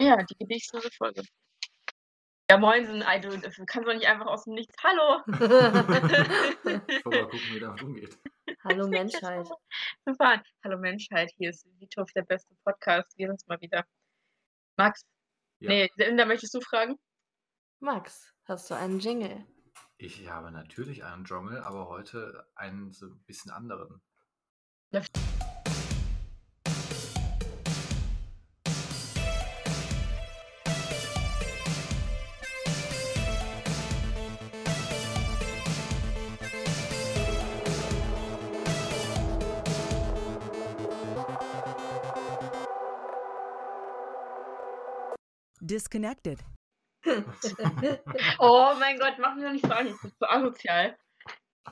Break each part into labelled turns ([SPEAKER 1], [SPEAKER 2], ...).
[SPEAKER 1] ja, die gedichtslose Folge. Ja, moinsen, ey, du, du kannst äh, doch nicht einfach aus dem Nichts. Hallo!
[SPEAKER 2] Ich wollte mal gucken, wie damit umgeht.
[SPEAKER 3] Hallo Menschheit.
[SPEAKER 1] Super. Hallo Menschheit, hier ist Vitov, der beste Podcast. Wir sind's mal wieder. Max?
[SPEAKER 2] Ja.
[SPEAKER 1] Nee, da möchtest du fragen?
[SPEAKER 3] Max, hast du einen Jingle?
[SPEAKER 2] Ich habe natürlich einen Dschungel, aber heute einen so ein bisschen anderen.
[SPEAKER 4] Disconnected.
[SPEAKER 1] Oh mein Gott, mach mir doch nicht so an, das ist so asozial.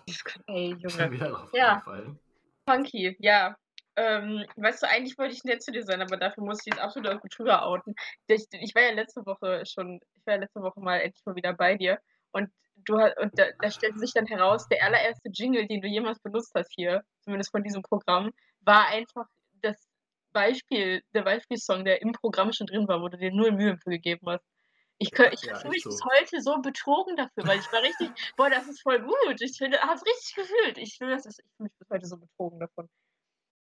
[SPEAKER 1] Das kann, ey,
[SPEAKER 2] Schon
[SPEAKER 1] Junge.
[SPEAKER 2] wieder drauf
[SPEAKER 1] Ja.
[SPEAKER 2] eingefallen.
[SPEAKER 1] Funky, ja. Ähm, weißt du, eigentlich wollte ich nett zu dir sein, aber dafür muss ich jetzt absolut auf Betrüger outen. Ich, ich war ja letzte Woche schon, ich war ja letzte Woche mal endlich mal wieder bei dir und du ha- und da, da stellte sich dann heraus, der allererste Jingle, den du jemals benutzt hast hier, zumindest von diesem Programm, war einfach das Beispiel, der Beispielsong, der im Programm schon drin war, wo du dir nur Mühe für gegeben hast. Ich, kö- ich
[SPEAKER 2] Ja,
[SPEAKER 1] fühle mich
[SPEAKER 2] echt so.
[SPEAKER 1] bis heute so betrogen dafür, weil ich war richtig, boah, das ist voll gut. Ich finde, hab's richtig gefühlt. Ich fühle das, ist- ich fühl mich bis heute so betrogen davon.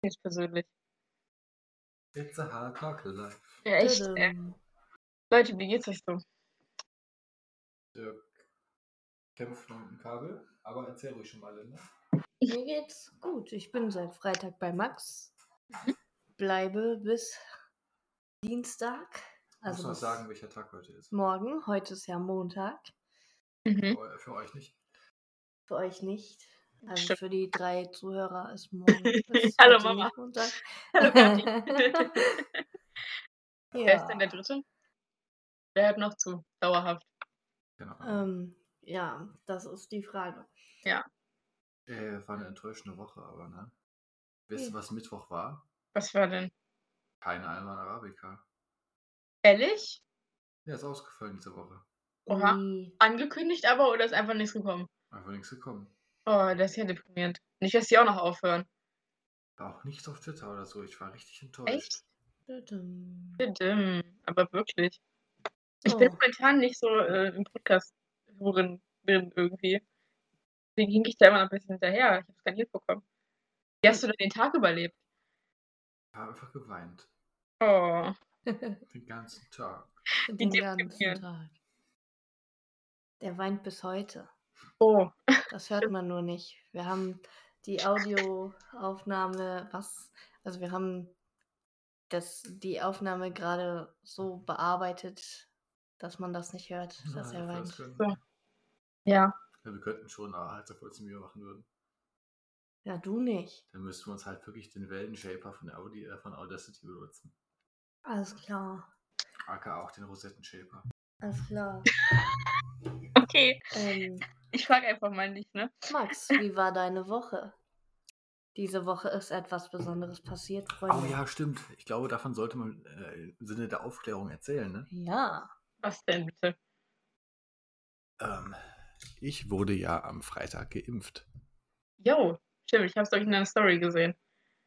[SPEAKER 1] Ich persönlich.
[SPEAKER 2] It's a hard knock life.
[SPEAKER 1] Ja, echt. Äh. Ey.
[SPEAKER 3] Tüdüm.
[SPEAKER 1] Leute, wie geht's euch so?
[SPEAKER 2] Dirk kämpft noch mit dem um Kabel, aber erzähl ruhig schon mal, Linda.
[SPEAKER 3] Mir geht's gut. Ich bin seit Freitag bei Max.
[SPEAKER 1] Mhm.
[SPEAKER 3] Bleibe bis Dienstag.
[SPEAKER 2] Muss
[SPEAKER 3] Also
[SPEAKER 2] noch
[SPEAKER 3] bis
[SPEAKER 2] sagen, welcher Tag heute ist.
[SPEAKER 3] morgen. Heute ist ja Montag.
[SPEAKER 1] Mhm.
[SPEAKER 2] Für, für euch nicht.
[SPEAKER 3] Für euch nicht. Also
[SPEAKER 1] Stimmt.
[SPEAKER 3] für die drei Zuhörer ist morgen. ist
[SPEAKER 1] Hallo,
[SPEAKER 3] heute
[SPEAKER 1] Mama.
[SPEAKER 3] nicht Montag.
[SPEAKER 1] Hallo, Kathi. Wer ist
[SPEAKER 3] Ja.
[SPEAKER 1] denn der Dritte? Wer hört noch zu? Dauerhaft.
[SPEAKER 2] Genau.
[SPEAKER 3] Ähm, ja, das ist die Frage.
[SPEAKER 1] Ähm.
[SPEAKER 2] Äh, war eine enttäuschende Woche, aber ne? Wisst ihr,
[SPEAKER 3] Hm.
[SPEAKER 2] was Mittwoch war?
[SPEAKER 1] Was war denn?
[SPEAKER 2] Keine Alman Arabica.
[SPEAKER 1] Ehrlich?
[SPEAKER 2] Der ist ausgefallen diese Woche.
[SPEAKER 1] Oha.
[SPEAKER 3] Nie.
[SPEAKER 1] Angekündigt aber oder ist einfach nichts gekommen?
[SPEAKER 2] Einfach nichts gekommen.
[SPEAKER 1] Oh, das ist ja deprimierend. Nicht, dass die auch noch aufhören.
[SPEAKER 2] War auch nichts auf Twitter oder so. Ich war richtig enttäuscht.
[SPEAKER 1] Echt?
[SPEAKER 3] Tüdüm.
[SPEAKER 1] Stimmt. Aber wirklich. Ich
[SPEAKER 3] So.
[SPEAKER 1] bin momentan nicht so äh, im Podcast worin bin irgendwie. Deswegen hink ich da immer noch ein bisschen hinterher. Ich habe es gar nicht mitbekommen. Wie hast du denn den Tag überlebt?
[SPEAKER 2] Ich habe einfach geweint.
[SPEAKER 1] Oh.
[SPEAKER 2] Den ganzen Tag.
[SPEAKER 3] Den ganzen
[SPEAKER 1] deprimierend.
[SPEAKER 3] Tag. Der weint bis heute.
[SPEAKER 1] Oh.
[SPEAKER 3] Das hört man nur nicht. Wir haben die Audioaufnahme, was? Also wir haben das, die Aufnahme gerade so bearbeitet, dass man das nicht hört, dass
[SPEAKER 2] Ja,
[SPEAKER 3] er
[SPEAKER 2] dafür das
[SPEAKER 3] weint.
[SPEAKER 2] können-
[SPEAKER 1] So. Ja.
[SPEAKER 2] Ja, wir könnten schon eine Halserfolgsmühe machen würden.
[SPEAKER 3] Ja, du nicht.
[SPEAKER 2] Dann müssten wir uns halt wirklich den Wellenshaper von, Audi, äh, von Audacity benutzen.
[SPEAKER 3] Alles klar.
[SPEAKER 2] aka auch den Rosettenshaper.
[SPEAKER 3] Alles klar.
[SPEAKER 1] Okay.
[SPEAKER 3] Ähm,
[SPEAKER 1] Ich frage einfach mal nicht, ne?
[SPEAKER 3] Max, wie war deine Woche? Diese Woche ist etwas Besonderes passiert, Freunde.
[SPEAKER 2] Oh ja, stimmt. Ich glaube, davon sollte man äh, im Sinne der Aufklärung erzählen. Ne?
[SPEAKER 3] Ja.
[SPEAKER 1] Was denn bitte?
[SPEAKER 2] Ähm, ich wurde ja am Freitag geimpft.
[SPEAKER 1] Jo. Stimmt, ich habe es euch in deiner Story gesehen.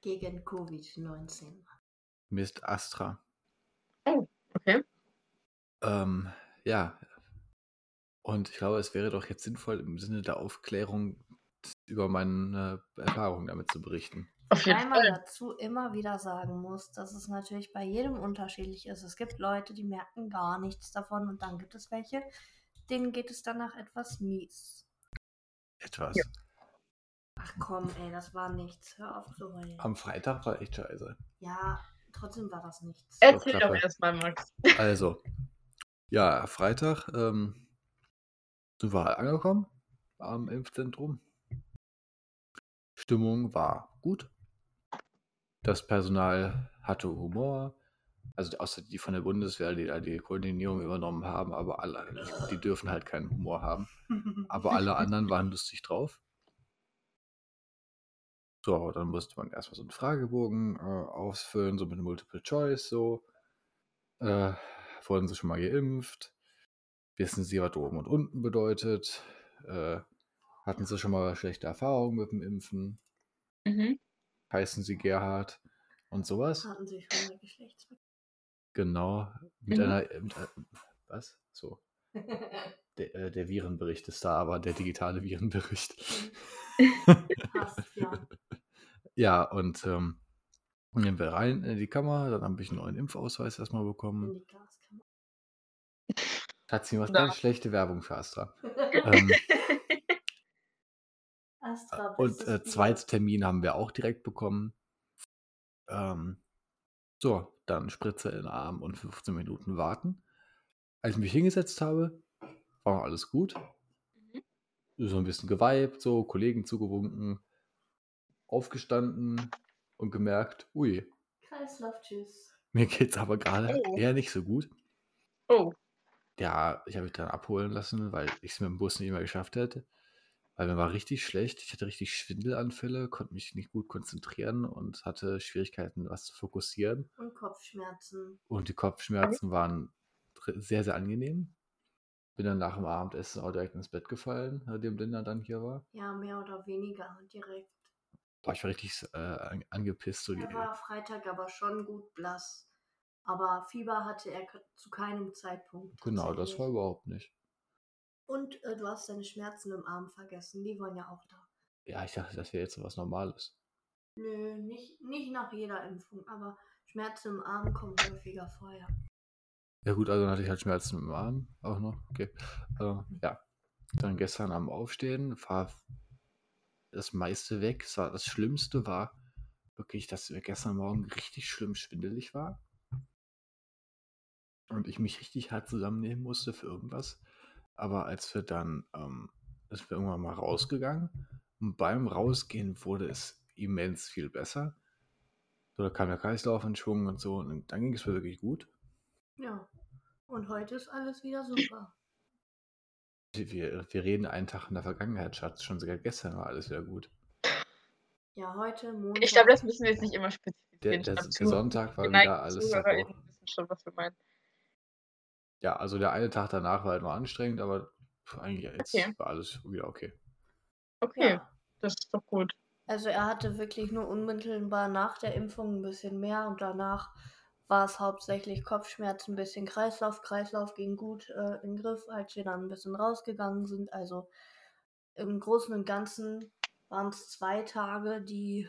[SPEAKER 3] Gegen Covid-19.
[SPEAKER 2] Mist Astra.
[SPEAKER 1] Okay.
[SPEAKER 2] Ähm, ja. Und ich glaube, es wäre doch jetzt sinnvoll, im Sinne der Aufklärung über meine Erfahrungen damit zu berichten.
[SPEAKER 1] Auf jeden
[SPEAKER 3] Wobei man
[SPEAKER 1] Fall.
[SPEAKER 3] dazu immer wieder sagen muss, dass es natürlich bei jedem unterschiedlich ist. Es gibt Leute, die merken gar nichts davon und dann gibt es welche, denen geht es danach etwas mies.
[SPEAKER 2] Etwas.
[SPEAKER 1] Ja.
[SPEAKER 3] Ach komm, ey, das war nichts. Hör auf zu heulen.
[SPEAKER 2] Am Freitag war echt scheiße.
[SPEAKER 3] Ja, trotzdem war das nichts.
[SPEAKER 1] Erzähl doch
[SPEAKER 2] Oh, Klappe.
[SPEAKER 1] erstmal, Max.
[SPEAKER 2] Also, ja, Freitag ähm, sind wir halt angekommen am Impfzentrum. Stimmung war gut. Das Personal hatte Humor. Also außer die von der Bundeswehr, die da die Koordinierung übernommen haben, aber alle, die dürfen halt keinen Humor haben. Aber alle anderen waren lustig drauf. So, dann musste man erstmal so einen Fragebogen äh, ausfüllen, so mit Multiple Choice, so. Äh, wurden sie schon mal geimpft? Wissen sie, was oben und unten bedeutet? Äh, hatten sie schon mal schlechte Erfahrungen mit dem Impfen?
[SPEAKER 1] Mhm.
[SPEAKER 2] Heißen sie Gerhard? Und sowas?
[SPEAKER 3] Ah. Hatten sie schon mal Geschlechtsverkehr?
[SPEAKER 2] Genau, mit
[SPEAKER 1] Mhm.
[SPEAKER 2] einer. Mit, äh, was? So. Der, äh, der Virenbericht ist da, aber der digitale Virenbericht.
[SPEAKER 3] Passt, ja.
[SPEAKER 2] ja, und ähm, nehmen wir rein in die Kammer, dann habe ich einen neuen Impfausweis erstmal
[SPEAKER 3] In
[SPEAKER 2] bekommen.
[SPEAKER 3] die Glaskammer.
[SPEAKER 2] Hat sie was
[SPEAKER 1] Na.
[SPEAKER 2] ganz schlechte Werbung für Astra. ähm,
[SPEAKER 3] Astra,
[SPEAKER 2] und
[SPEAKER 3] bestes
[SPEAKER 2] äh,
[SPEAKER 3] Bier.
[SPEAKER 2] Zweittermin haben wir auch direkt bekommen. Ähm, so, dann Spritze in den Arm und 15 Minuten warten. Als ich mich hingesetzt habe, war noch alles gut.
[SPEAKER 1] Mhm.
[SPEAKER 2] So ein bisschen geweibt, so Kollegen zugewunken, aufgestanden und gemerkt, ui,
[SPEAKER 3] Kreislauf, tschüss.
[SPEAKER 2] mir geht's aber gerade
[SPEAKER 1] Oh.
[SPEAKER 2] eher nicht so gut.
[SPEAKER 1] oh,
[SPEAKER 2] Ja, ich habe mich dann abholen lassen, weil ich es mit dem Bus nicht mehr geschafft hätte. Weil mir war richtig schlecht. Ich hatte richtig Schwindelanfälle, konnte mich nicht gut konzentrieren und hatte Schwierigkeiten, was zu fokussieren.
[SPEAKER 3] Und Kopfschmerzen.
[SPEAKER 2] Und die Kopfschmerzen waren dr- sehr, sehr angenehm. Bin dann nach dem Abendessen auch direkt ins Bett gefallen, nachdem Linda dann hier war.
[SPEAKER 3] Ja, mehr oder weniger direkt.
[SPEAKER 2] Boah, ich war richtig äh, an- angepisst. So die,
[SPEAKER 3] Er war Freitag aber schon gut blass. Aber Fieber hatte er ke- zu keinem Zeitpunkt.
[SPEAKER 2] genau, das war
[SPEAKER 3] tatsächlich.
[SPEAKER 2] überhaupt nicht.
[SPEAKER 3] Und äh, du hast deine Schmerzen im Arm vergessen. Die waren ja auch da.
[SPEAKER 2] Ja, ich dachte, das wäre jetzt so was Normales.
[SPEAKER 3] Nö, nicht, nicht nach jeder Impfung, aber Schmerzen im Arm kommen häufiger vor. Ja.
[SPEAKER 2] Ja gut, also dann hatte ich halt Schmerzen im Arm auch noch. Okay. Äh, ja. Dann gestern am Aufstehen war das meiste weg. Es war, das Schlimmste war wirklich, dass mir gestern Morgen richtig schlimm schwindelig war. Und ich mich richtig hart zusammennehmen musste für irgendwas. Aber als wir dann, ähm, sind wir irgendwann mal rausgegangen. Und beim Rausgehen wurde es immens viel besser. So, da kam der Kreislauf in Schwung und so. Und dann ging es mir wirklich gut.
[SPEAKER 3] ja. Und heute ist alles wieder super.
[SPEAKER 2] Wir, wir reden einen Tag in der Vergangenheit, Schatz. Schon sogar gestern war alles wieder gut.
[SPEAKER 3] Ja, heute Montag.
[SPEAKER 1] ich glaube, das müssen wir jetzt nicht immer
[SPEAKER 2] Der,
[SPEAKER 1] spezifizieren.
[SPEAKER 2] der,
[SPEAKER 1] Ich glaub,
[SPEAKER 2] der Sonntag war
[SPEAKER 1] geneigte
[SPEAKER 2] wieder alles.
[SPEAKER 1] ZuhörerInnen
[SPEAKER 2] zerbrochen.
[SPEAKER 1] wissen schon, was wir meinen.
[SPEAKER 2] Ja, also der eine Tag danach war halt noch anstrengend, aber pf, eigentlich jetzt
[SPEAKER 1] Okay.
[SPEAKER 2] war alles wieder okay.
[SPEAKER 1] Okay,
[SPEAKER 3] ja.
[SPEAKER 1] das ist doch gut.
[SPEAKER 3] Also er hatte wirklich nur unmittelbar nach der Impfung ein bisschen mehr und danach war es hauptsächlich Kopfschmerzen, ein bisschen Kreislauf. Kreislauf ging gut äh, in den Griff, als wir dann ein bisschen rausgegangen sind. Also im Großen und Ganzen waren es zwei Tage, die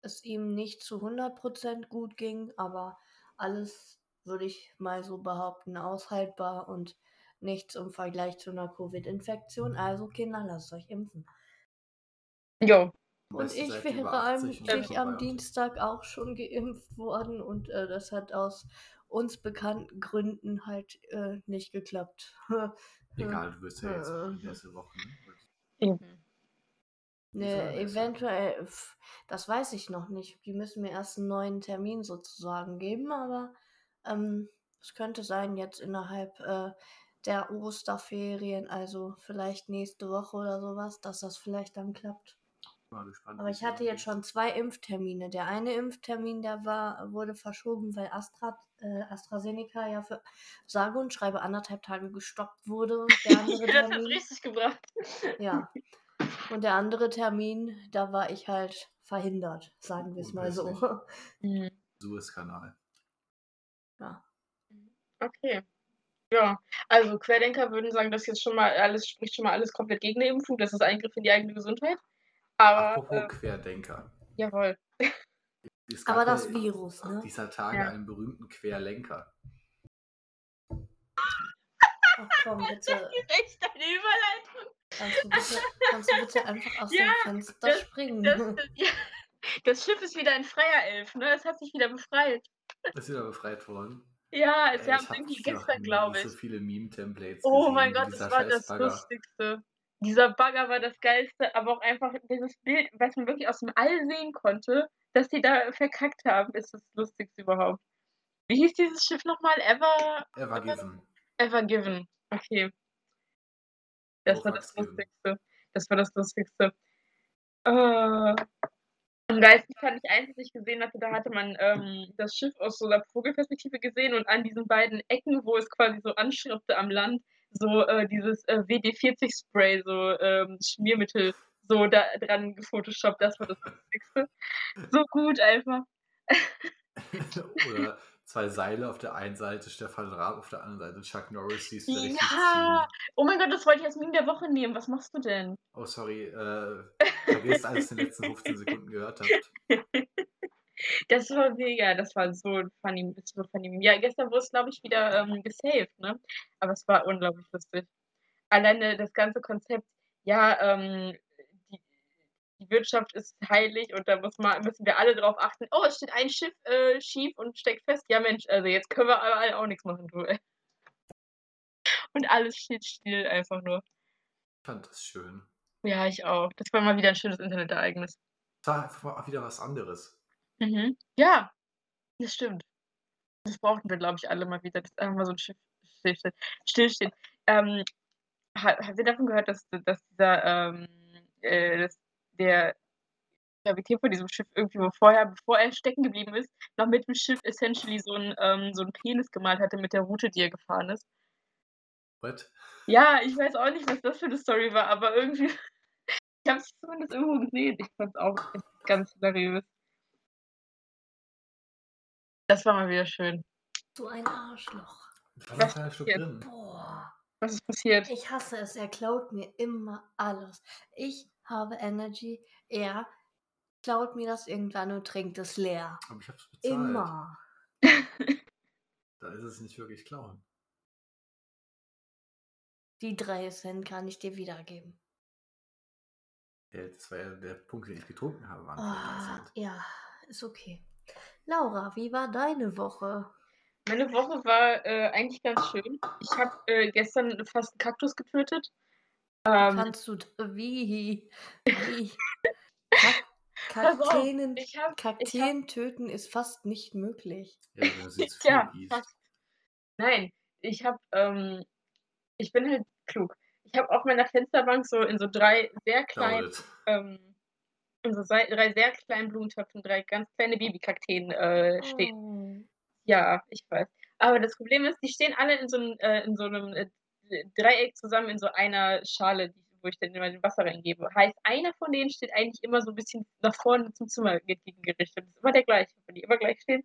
[SPEAKER 3] es ihm nicht zu 100% gut ging, aber alles würde ich mal so behaupten, aushaltbar und nichts im Vergleich zu einer Covid-Infektion. Also Kinder, lasst euch impfen.
[SPEAKER 1] Jo,
[SPEAKER 3] Und ich wäre eigentlich am Dienstag auch schon geimpft worden und äh, das hat aus uns bekannten Gründen halt äh, nicht geklappt. Ne,
[SPEAKER 2] Egal, du wirst ja jetzt
[SPEAKER 3] Äh.
[SPEAKER 2] die nächste Woche. Ne?
[SPEAKER 1] eben.
[SPEAKER 2] Dieser
[SPEAKER 3] ne,
[SPEAKER 2] Wechsel.
[SPEAKER 3] eventuell, pf, das weiß ich noch nicht. Die müssen mir erst einen neuen Termin sozusagen geben, aber ähm, es könnte sein, jetzt innerhalb äh, der Osterferien, also vielleicht nächste Woche oder sowas, dass das vielleicht dann klappt.
[SPEAKER 2] Mal gespannt,
[SPEAKER 3] Aber
[SPEAKER 2] wie
[SPEAKER 3] ich
[SPEAKER 2] es
[SPEAKER 3] hatte jetzt
[SPEAKER 2] weitergeht.
[SPEAKER 3] schon zwei Impftermine. Der eine Impftermin, der war, wurde verschoben, weil Astra, äh, AstraZeneca ja für sage und schreibe anderthalb Tage gestoppt wurde. Und Der andere
[SPEAKER 1] Das hat
[SPEAKER 3] Termin,
[SPEAKER 1] richtig gebracht.
[SPEAKER 3] ja. Und der andere Termin, da war ich halt verhindert, sagen wir es mal so.
[SPEAKER 1] Mhm.
[SPEAKER 2] Suezkanal.
[SPEAKER 1] Okay. Ja, also Querdenker würden sagen, das jetzt schon mal alles spricht schon mal alles komplett gegen eine Impfung, das ist Eingriff in die eigene Gesundheit. Aber
[SPEAKER 2] Apropos
[SPEAKER 1] äh,
[SPEAKER 2] Querdenker.
[SPEAKER 1] jawohl.
[SPEAKER 2] Es gab
[SPEAKER 3] Aber
[SPEAKER 2] ja
[SPEAKER 3] das Virus, ne?
[SPEAKER 2] Dieser Tage
[SPEAKER 1] Ja.
[SPEAKER 2] einen berühmten Querlenker.
[SPEAKER 3] Ach komm, bitte.
[SPEAKER 1] Echt eine Überleitung.
[SPEAKER 3] Kannst du bitte, kannst du bitte einfach aus
[SPEAKER 1] Ja,
[SPEAKER 3] dem Fenster
[SPEAKER 1] das-
[SPEAKER 3] springen?
[SPEAKER 1] Das, ja, das Schiff ist wieder ein freier Elf, ne? Es hat sich wieder befreit.
[SPEAKER 2] Ist wieder befreit worden.
[SPEAKER 1] Ja,
[SPEAKER 2] Ey,
[SPEAKER 1] sie Also haben
[SPEAKER 2] ich hab
[SPEAKER 1] irgendwie
[SPEAKER 2] noch
[SPEAKER 1] gestern,
[SPEAKER 2] nie
[SPEAKER 1] glaube ich.
[SPEAKER 2] so viele Meme-Templates
[SPEAKER 1] Oh
[SPEAKER 2] gesehen
[SPEAKER 1] mein
[SPEAKER 2] wie
[SPEAKER 1] Gott,
[SPEAKER 2] dieser
[SPEAKER 1] das war
[SPEAKER 2] scheiß
[SPEAKER 1] das
[SPEAKER 2] Bagger.
[SPEAKER 1] Lustigste. Dieser Bagger war das Geilste, aber auch einfach dieses Bild, was man wirklich aus dem All sehen konnte, dass die da verkackt haben, ist das Lustigste überhaupt. Wie hieß dieses Schiff nochmal? Ever,
[SPEAKER 2] Er war Given.
[SPEAKER 1] ever Given. Okay. Das war das
[SPEAKER 2] Hochwachs Given.
[SPEAKER 1] Lustigste. Das war das Lustigste. Äh, am geilsten fand ich eins, das ich gesehen hatte, da hatte man ähm, das Schiff aus so einer Vogelperspektive gesehen und an diesen beiden Ecken, wo es quasi so Anschrifte am Land, so äh, dieses äh, WD-40-Spray, so ähm, Schmiermittel, so da dran gefotoshoppt, das war das Lustigste. So gut einfach.
[SPEAKER 2] Oder
[SPEAKER 5] zwei Seile. Auf der einen Seite Stefan Raab, auf der anderen Seite Chuck Norris. Siehst du, der richtig
[SPEAKER 1] Ja!
[SPEAKER 5] zieht.
[SPEAKER 1] Oh mein Gott, das wollte ich als Meme der Woche nehmen. Was machst du denn?
[SPEAKER 5] Oh, sorry. Äh, vergesst alles in den letzten 15 Sekunden gehört habt.
[SPEAKER 1] Das war mega, das war so ein funny, das war funny. Ja, gestern wurde es, glaube ich, wieder ähm, gesaved, ne? Aber es war unglaublich lustig. Alleine das ganze Konzept, ja, ähm, die, die Wirtschaft ist heilig und da muss ma- müssen wir alle drauf achten. Oh, es steht ein Schiff äh, schief und steckt fest. Ja, Mensch, also jetzt können wir aber alle auch nichts machen, du. ey. Und alles steht still einfach nur.
[SPEAKER 5] Ich fand das schön.
[SPEAKER 1] Ja, ich auch. Das war mal wieder ein schönes Internetereignis.
[SPEAKER 5] Es war einfach mal wieder was anderes.
[SPEAKER 1] Mhm. Ja, das stimmt. Das brauchten wir, glaube ich, alle mal wieder. Das einfach mal so ein Schiff stillsteht. stillsteht. Ähm, ha- habt ihr davon gehört, dass, dass dieser, ähm, äh, dass der Kapitän von diesem Schiff irgendwie wo vorher, bevor er stecken geblieben ist, noch mit dem Schiff essentially so ein, ähm, so ein Penis gemalt hatte mit der Route, die er gefahren ist?
[SPEAKER 5] What?
[SPEAKER 1] Ja, ich weiß auch nicht, was das für eine Story war, aber irgendwie. Ich habe es zumindest irgendwo gesehen. Ich fand es auch echt ganz hilariös. Das war mal wieder schön.
[SPEAKER 3] So ein Arschloch.
[SPEAKER 5] Da war noch
[SPEAKER 1] Was
[SPEAKER 5] ein Stück
[SPEAKER 1] jetzt?
[SPEAKER 5] drin.
[SPEAKER 3] Boah.
[SPEAKER 1] Was ist passiert?
[SPEAKER 3] Ich hasse es. Er klaut mir immer alles. Ich habe Energy. Er klaut mir das irgendwann und trinkt es leer.
[SPEAKER 5] Aber ich hab's bezahlt.
[SPEAKER 3] Immer.
[SPEAKER 5] Da ist es nicht wirklich klauen.
[SPEAKER 3] Die drei Cent kann ich dir wiedergeben.
[SPEAKER 5] Der, Äh, das war ja der Punkt, den ich getrunken habe. Waren
[SPEAKER 3] Ah,
[SPEAKER 5] 3 Cent.
[SPEAKER 3] ja, ist okay. Laura, wie war deine Woche?
[SPEAKER 1] Meine Woche war äh, eigentlich ganz schön. Ich habe äh, gestern fast einen Kaktus getötet. Ähm,
[SPEAKER 3] Kannst du d- wie? wie? Kak-
[SPEAKER 1] Pass auf,
[SPEAKER 3] Kakteen,
[SPEAKER 1] ich habe
[SPEAKER 3] Kakteen töten ist fast nicht möglich.
[SPEAKER 5] Ja, wenn du sie zu
[SPEAKER 1] Tja,
[SPEAKER 5] viel isst.
[SPEAKER 1] fast. Nein, ich habe, ähm, ich bin halt klug. Ich habe auf meiner Fensterbank so in so drei sehr kleinen
[SPEAKER 5] Dauert.
[SPEAKER 1] ähm, in so sei- drei sehr kleinen Blumentöpfen, drei ganz kleine Babykakteen äh, stehen.
[SPEAKER 3] Oh.
[SPEAKER 1] Ja, ich weiß. Aber das Problem ist, die stehen alle in so einem, äh, in so einem äh, Dreieck zusammen in so einer Schale, die, wo ich dann immer den Wasser reingebe. Heißt, einer von denen steht eigentlich immer so ein bisschen nach vorne zum Zimmer gegen gerichtet. Das ist immer der gleiche, wenn die immer gleich stehen.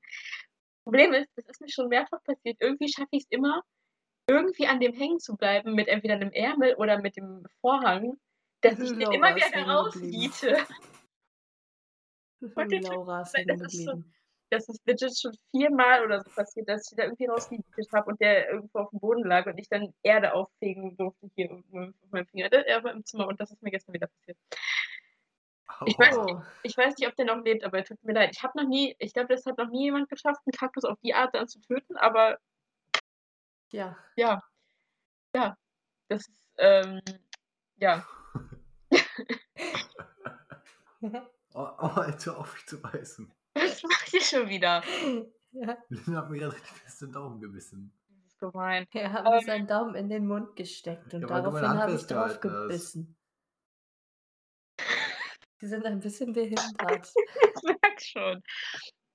[SPEAKER 1] Problem ist, das ist mir schon mehrfach passiert. Irgendwie schaffe ich es immer, irgendwie an dem hängen zu bleiben, mit entweder einem Ärmel oder mit dem Vorhang, dass ich den
[SPEAKER 3] Laura
[SPEAKER 1] immer
[SPEAKER 3] ist
[SPEAKER 1] wieder
[SPEAKER 3] hängen
[SPEAKER 1] da
[SPEAKER 3] geblieben.
[SPEAKER 1] rausbiete. den Typen,
[SPEAKER 3] Laura ist
[SPEAKER 1] weil
[SPEAKER 3] hängen
[SPEAKER 1] das ist so-
[SPEAKER 3] geblieben.
[SPEAKER 1] das ist legit schon viermal oder so passiert, dass ich da irgendwie rausgekriegt habe und der irgendwo auf dem Boden lag und ich dann Erde auffegen durfte hier auf meinem auf meinem Finger. Der- Er war im Zimmer und das ist mir gestern wieder passiert. Ich weiß
[SPEAKER 3] Oh,
[SPEAKER 1] Ich weiß nicht, ob der noch lebt, aber er tut mir leid. Ich habe noch nie, ich glaube, das hat noch nie jemand geschafft, einen Kaktus auf die Art dann zu töten, aber
[SPEAKER 3] ja.
[SPEAKER 1] das ist, ähm, ja.
[SPEAKER 5] Oh, oh, jetzt hör auf, mich zu beißen.
[SPEAKER 1] Was macht ihr schon wieder?
[SPEAKER 3] ja,
[SPEAKER 5] Lina hat mir gerade den festen Daumen gebissen.
[SPEAKER 1] Das ist gemein.
[SPEAKER 3] er hat
[SPEAKER 1] Ähm.
[SPEAKER 3] mir seinen Daumen in den Mund gesteckt und
[SPEAKER 5] Ja, weil du meine
[SPEAKER 3] daraufhin
[SPEAKER 5] Hand
[SPEAKER 3] habe ich drauf
[SPEAKER 5] festgehalten hast.
[SPEAKER 3] gebissen. Die sind ein bisschen behindert.
[SPEAKER 1] Ich merk schon.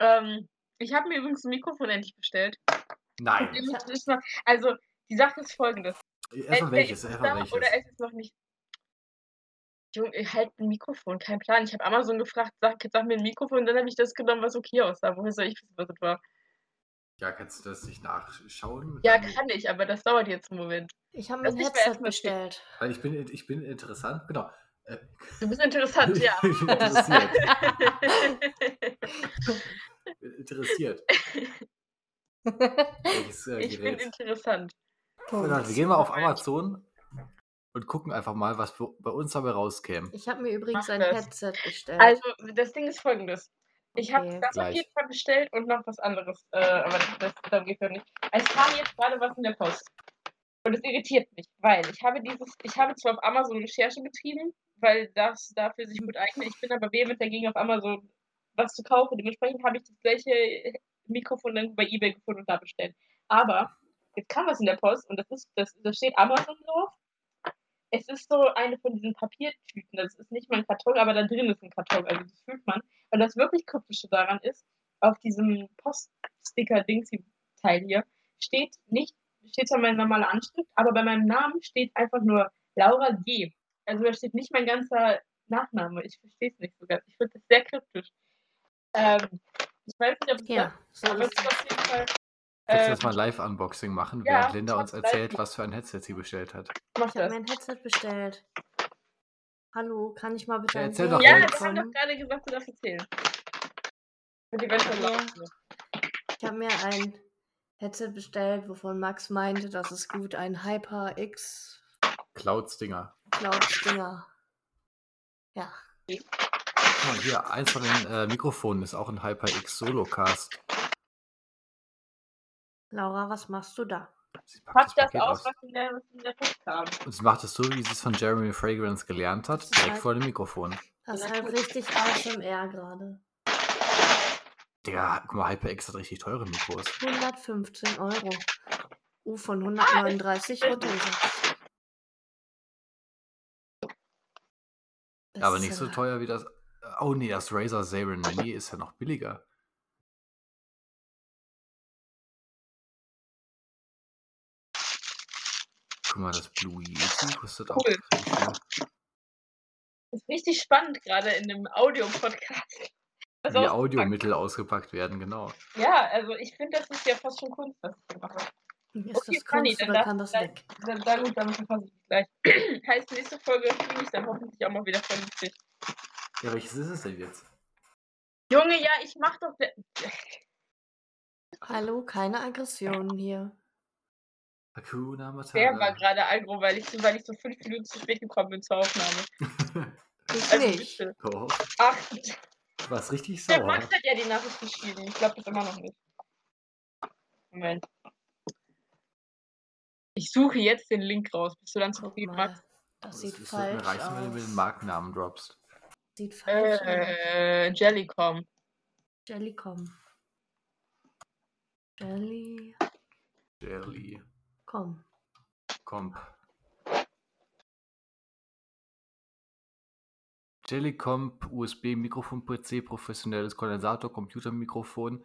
[SPEAKER 1] Ähm, ich habe mir übrigens ein Mikrofon endlich bestellt.
[SPEAKER 5] Nein.
[SPEAKER 1] Nämlich, das war- Also, die Sache ist folgende.
[SPEAKER 5] Erstmal
[SPEAKER 1] Entweder
[SPEAKER 5] Äh, welches,
[SPEAKER 1] Halt, ist es
[SPEAKER 5] erstmal
[SPEAKER 1] da Äh, Oder
[SPEAKER 5] welches.
[SPEAKER 1] ist es noch nicht? Junge, ihr halt ein Mikrofon, kein Plan. Ich habe Amazon gefragt, sag, sag mir ein Mikrofon, dann habe ich das genommen, was okay aussah. Woher soll ich wissen, was es war?
[SPEAKER 5] Ja, kannst du das nicht nachschauen?
[SPEAKER 1] Ja,
[SPEAKER 5] Dann-
[SPEAKER 1] kann ich, aber das dauert jetzt einen Moment.
[SPEAKER 3] Ich habe mir
[SPEAKER 1] Das
[SPEAKER 3] ein
[SPEAKER 1] ist mir
[SPEAKER 3] Headset
[SPEAKER 1] erstmal
[SPEAKER 3] bestellt.
[SPEAKER 5] Weil ich bin, ich bin interessant. Genau. Äh,
[SPEAKER 1] Du bist interessant, ja.
[SPEAKER 5] ich bin interessiert. Bin interessiert. Welches äh,
[SPEAKER 1] ich bin
[SPEAKER 5] Gerät?
[SPEAKER 1] interessant.
[SPEAKER 5] Genau, wir gehen mal auf Amazon und gucken einfach mal, was bei bei uns dabei rauskäme.
[SPEAKER 3] Ich habe mir übrigens
[SPEAKER 1] Mach
[SPEAKER 3] ein
[SPEAKER 1] das.
[SPEAKER 3] Headset bestellt.
[SPEAKER 1] Also, das Ding ist folgendes. Ich habe
[SPEAKER 3] Okay.
[SPEAKER 1] das auf
[SPEAKER 5] Gleich.
[SPEAKER 1] jeden Fall bestellt und noch was anderes. Äh, aber das, das, darum geht es nicht. Es kam jetzt gerade was in der Post. Und es irritiert mich, weil ich habe dieses, ich habe zwar auf Amazon Recherche betrieben, weil das dafür sich gut eignet. Ich bin aber vehement dagegen, auf Amazon was zu kaufen. Dementsprechend habe ich das gleiche Mikrofon dann bei Ebay gefunden und da bestellt. Aber jetzt kam was in der Post und das ist, das, da steht Amazon drauf. Es ist so eine von diesen Papiertüten. Das ist nicht mal ein Karton, aber da drin ist ein Karton. Also das fühlt man. Und das wirklich Kryptische daran ist, auf diesem Poststicker-Dingsy-Teil hier steht nicht, steht zwar meine normale Anschrift, aber bei meinem Namen steht einfach nur Laura G. Also da steht nicht mein ganzer Nachname. Ich verstehe es nicht so ganz. Ich finde das sehr kryptisch. Ähm, ich weiß nicht, ob es
[SPEAKER 3] ja, so
[SPEAKER 1] aber es
[SPEAKER 3] ist
[SPEAKER 1] ist auf jeden Fall
[SPEAKER 2] Kannst du
[SPEAKER 1] Ähm,
[SPEAKER 2] jetzt mal ein Live-Unboxing machen,
[SPEAKER 1] ja,
[SPEAKER 2] während Linda
[SPEAKER 1] ich
[SPEAKER 2] uns
[SPEAKER 1] hab's
[SPEAKER 2] erzählt,
[SPEAKER 1] live-
[SPEAKER 2] was für ein Headset sie bestellt hat?
[SPEAKER 1] mach
[SPEAKER 3] Ich habe
[SPEAKER 1] das.
[SPEAKER 3] mein Headset bestellt. Hallo, kann ich mal bitte
[SPEAKER 2] Ja,
[SPEAKER 3] ein
[SPEAKER 2] erzähl
[SPEAKER 3] Bier
[SPEAKER 2] doch
[SPEAKER 1] Ja,
[SPEAKER 2] jetzt.
[SPEAKER 1] wir haben doch
[SPEAKER 3] bekommen?
[SPEAKER 1] gerade gesagt, du darfst erzählen. Und die Wäsche
[SPEAKER 3] Ja.
[SPEAKER 1] laufen.
[SPEAKER 3] Ich habe mir ein Headset bestellt, wovon Max meinte, das ist gut, ein HyperX
[SPEAKER 2] Clouds-Dinger.
[SPEAKER 3] Cloud-Dinger. Ja.
[SPEAKER 2] Guck mal, hier, eins von den äh, Mikrofonen ist auch ein HyperX Solocast.
[SPEAKER 3] Laura, was machst du da?
[SPEAKER 2] Sie
[SPEAKER 1] Pack
[SPEAKER 2] packt das
[SPEAKER 1] das
[SPEAKER 2] Paket
[SPEAKER 1] aus,
[SPEAKER 2] aus.
[SPEAKER 1] was in der, was in der Post kam.
[SPEAKER 2] Und sie macht es so, wie sie es von Jeremy Fragrance gelernt
[SPEAKER 3] Das
[SPEAKER 2] hat,
[SPEAKER 3] ist
[SPEAKER 2] direkt
[SPEAKER 3] halt-
[SPEAKER 2] vor dem Mikrofon.
[SPEAKER 3] Das ist
[SPEAKER 1] Ja,
[SPEAKER 3] halt
[SPEAKER 1] gut.
[SPEAKER 3] richtig ASMR gerade.
[SPEAKER 2] Digga, guck mal, HyperX hat richtig teure Mikros.
[SPEAKER 3] 115 Euro. U von
[SPEAKER 1] Ah,
[SPEAKER 3] 139 runtergesetzt.
[SPEAKER 2] aber
[SPEAKER 3] Das
[SPEAKER 2] nicht
[SPEAKER 3] ist
[SPEAKER 2] so
[SPEAKER 3] ja-
[SPEAKER 2] teuer wie das. Oh nee, das Razer Zaren Mini ist ja noch billiger. Guck mal, das Blue Yeti kostet auch.
[SPEAKER 1] Cool.
[SPEAKER 2] richtig viel.
[SPEAKER 1] Ist richtig spannend gerade in dem Audio-Podcast. Was
[SPEAKER 2] Wie
[SPEAKER 1] ausgepackt
[SPEAKER 2] Audiomittel ausgepackt werden, genau.
[SPEAKER 1] Ja, also ich finde, das ist ja fast schon Kunst, was ich gemacht habe.
[SPEAKER 3] Ist
[SPEAKER 1] Okay,
[SPEAKER 3] das
[SPEAKER 1] Fanny,
[SPEAKER 3] Kunst
[SPEAKER 1] dann
[SPEAKER 3] oder
[SPEAKER 1] darfst
[SPEAKER 3] kann
[SPEAKER 1] du
[SPEAKER 3] das
[SPEAKER 1] gleich-
[SPEAKER 3] weg?
[SPEAKER 1] Na, na gut, damit befasse ich mich gleich. heißt, nächste Folge kriege ich dann hoffentlich auch mal wieder voll lustig.
[SPEAKER 2] Ja, welches ist es denn jetzt?
[SPEAKER 1] Junge, ja, ich mach doch. de-
[SPEAKER 3] Hallo, keine Aggressionen hier.
[SPEAKER 2] Hakuna
[SPEAKER 1] Der war
[SPEAKER 2] Matata.
[SPEAKER 1] gerade aggro, weil ich, weil ich so fünf Minuten zu spät gekommen bin zur Aufnahme.
[SPEAKER 3] Ich
[SPEAKER 1] Also
[SPEAKER 3] nicht.
[SPEAKER 1] bitte.
[SPEAKER 2] oh,
[SPEAKER 1] Ach,
[SPEAKER 2] war's richtig
[SPEAKER 1] der
[SPEAKER 2] sauer.
[SPEAKER 1] Max hat ja halt die Nachricht geschrieben. Ich glaube das immer noch nicht. Moment. Ich suche jetzt den Link raus. Bist du dann
[SPEAKER 3] Guck
[SPEAKER 1] zufrieden, Max?
[SPEAKER 3] mal, das sieht
[SPEAKER 2] es halt würde mir
[SPEAKER 3] falsch
[SPEAKER 2] reichen, wenn du mir den
[SPEAKER 3] aus.
[SPEAKER 2] Markennamen droppst.
[SPEAKER 3] Sieht falsch aus.
[SPEAKER 1] Äh, Jellycom.
[SPEAKER 3] Jellycom. Jelly,
[SPEAKER 2] Jelly.
[SPEAKER 3] komm.
[SPEAKER 2] Comp. Jellycomp, USB-Mikrofon-PC, professionelles Kondensator, Computermikrofon,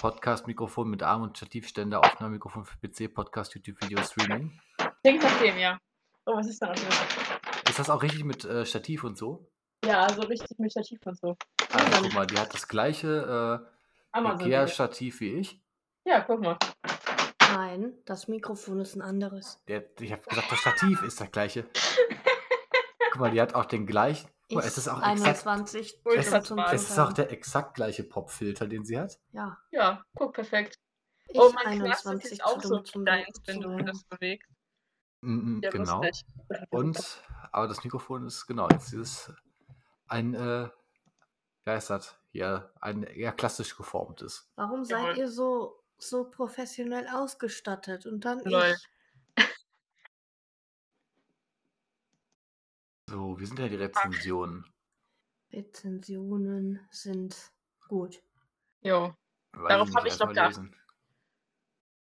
[SPEAKER 2] Podcast-Mikrofon mit Arm- und Stativständer, Aufnahmemikrofon für PC, Podcast, YouTube, Video, Streaming.
[SPEAKER 1] Klingt nach dem, ja. Oh, was ist denn auf dem?
[SPEAKER 2] Ist das auch richtig mit äh, Stativ und so?
[SPEAKER 1] Ja, so richtig mit Stativ und so.
[SPEAKER 2] Also, guck mal, die hat das gleiche äh,
[SPEAKER 1] Amazon.
[SPEAKER 2] Ikea-Stativ wie ich.
[SPEAKER 1] Ja, guck mal.
[SPEAKER 3] Nein, das Mikrofon ist ein anderes.
[SPEAKER 2] Der, ich habe gesagt, das Stativ ist das gleiche. Guck mal, die hat auch den gleichen. Guck mal, es ist auch exakt
[SPEAKER 3] 21
[SPEAKER 1] Ultra
[SPEAKER 3] zum- zum
[SPEAKER 1] smart.
[SPEAKER 2] Es ist auch
[SPEAKER 3] Filtern.
[SPEAKER 2] der exakt gleiche Popfilter, den sie hat.
[SPEAKER 3] Ja.
[SPEAKER 1] Ja, guck, perfekt.
[SPEAKER 3] Ich
[SPEAKER 1] oh, mein Glas ist
[SPEAKER 3] 21
[SPEAKER 1] jetzt
[SPEAKER 3] zu
[SPEAKER 1] auch so
[SPEAKER 3] dumm
[SPEAKER 1] zum
[SPEAKER 3] zum
[SPEAKER 1] deins, wenn
[SPEAKER 3] zum
[SPEAKER 1] du
[SPEAKER 3] Hören.
[SPEAKER 1] das bewegst.
[SPEAKER 2] Mhm,
[SPEAKER 1] Der muss
[SPEAKER 2] genau.
[SPEAKER 1] nicht.
[SPEAKER 2] Und, aber das Mikrofon ist genau jetzt dieses ein, äh, wie heißt das? Ja, ein eher klassisch geformtes.
[SPEAKER 3] Warum
[SPEAKER 1] Jawohl.
[SPEAKER 3] seid ihr so, so professionell ausgestattet? Und dann
[SPEAKER 1] Lol.
[SPEAKER 3] ich.
[SPEAKER 2] So, wie sind ja die Rezensionen?
[SPEAKER 3] Rezensionen sind gut.
[SPEAKER 1] Jo.
[SPEAKER 2] Weiß
[SPEAKER 1] Darauf
[SPEAKER 2] nicht,
[SPEAKER 1] hab ich
[SPEAKER 2] erst mal
[SPEAKER 1] noch geachtet.
[SPEAKER 2] lesen.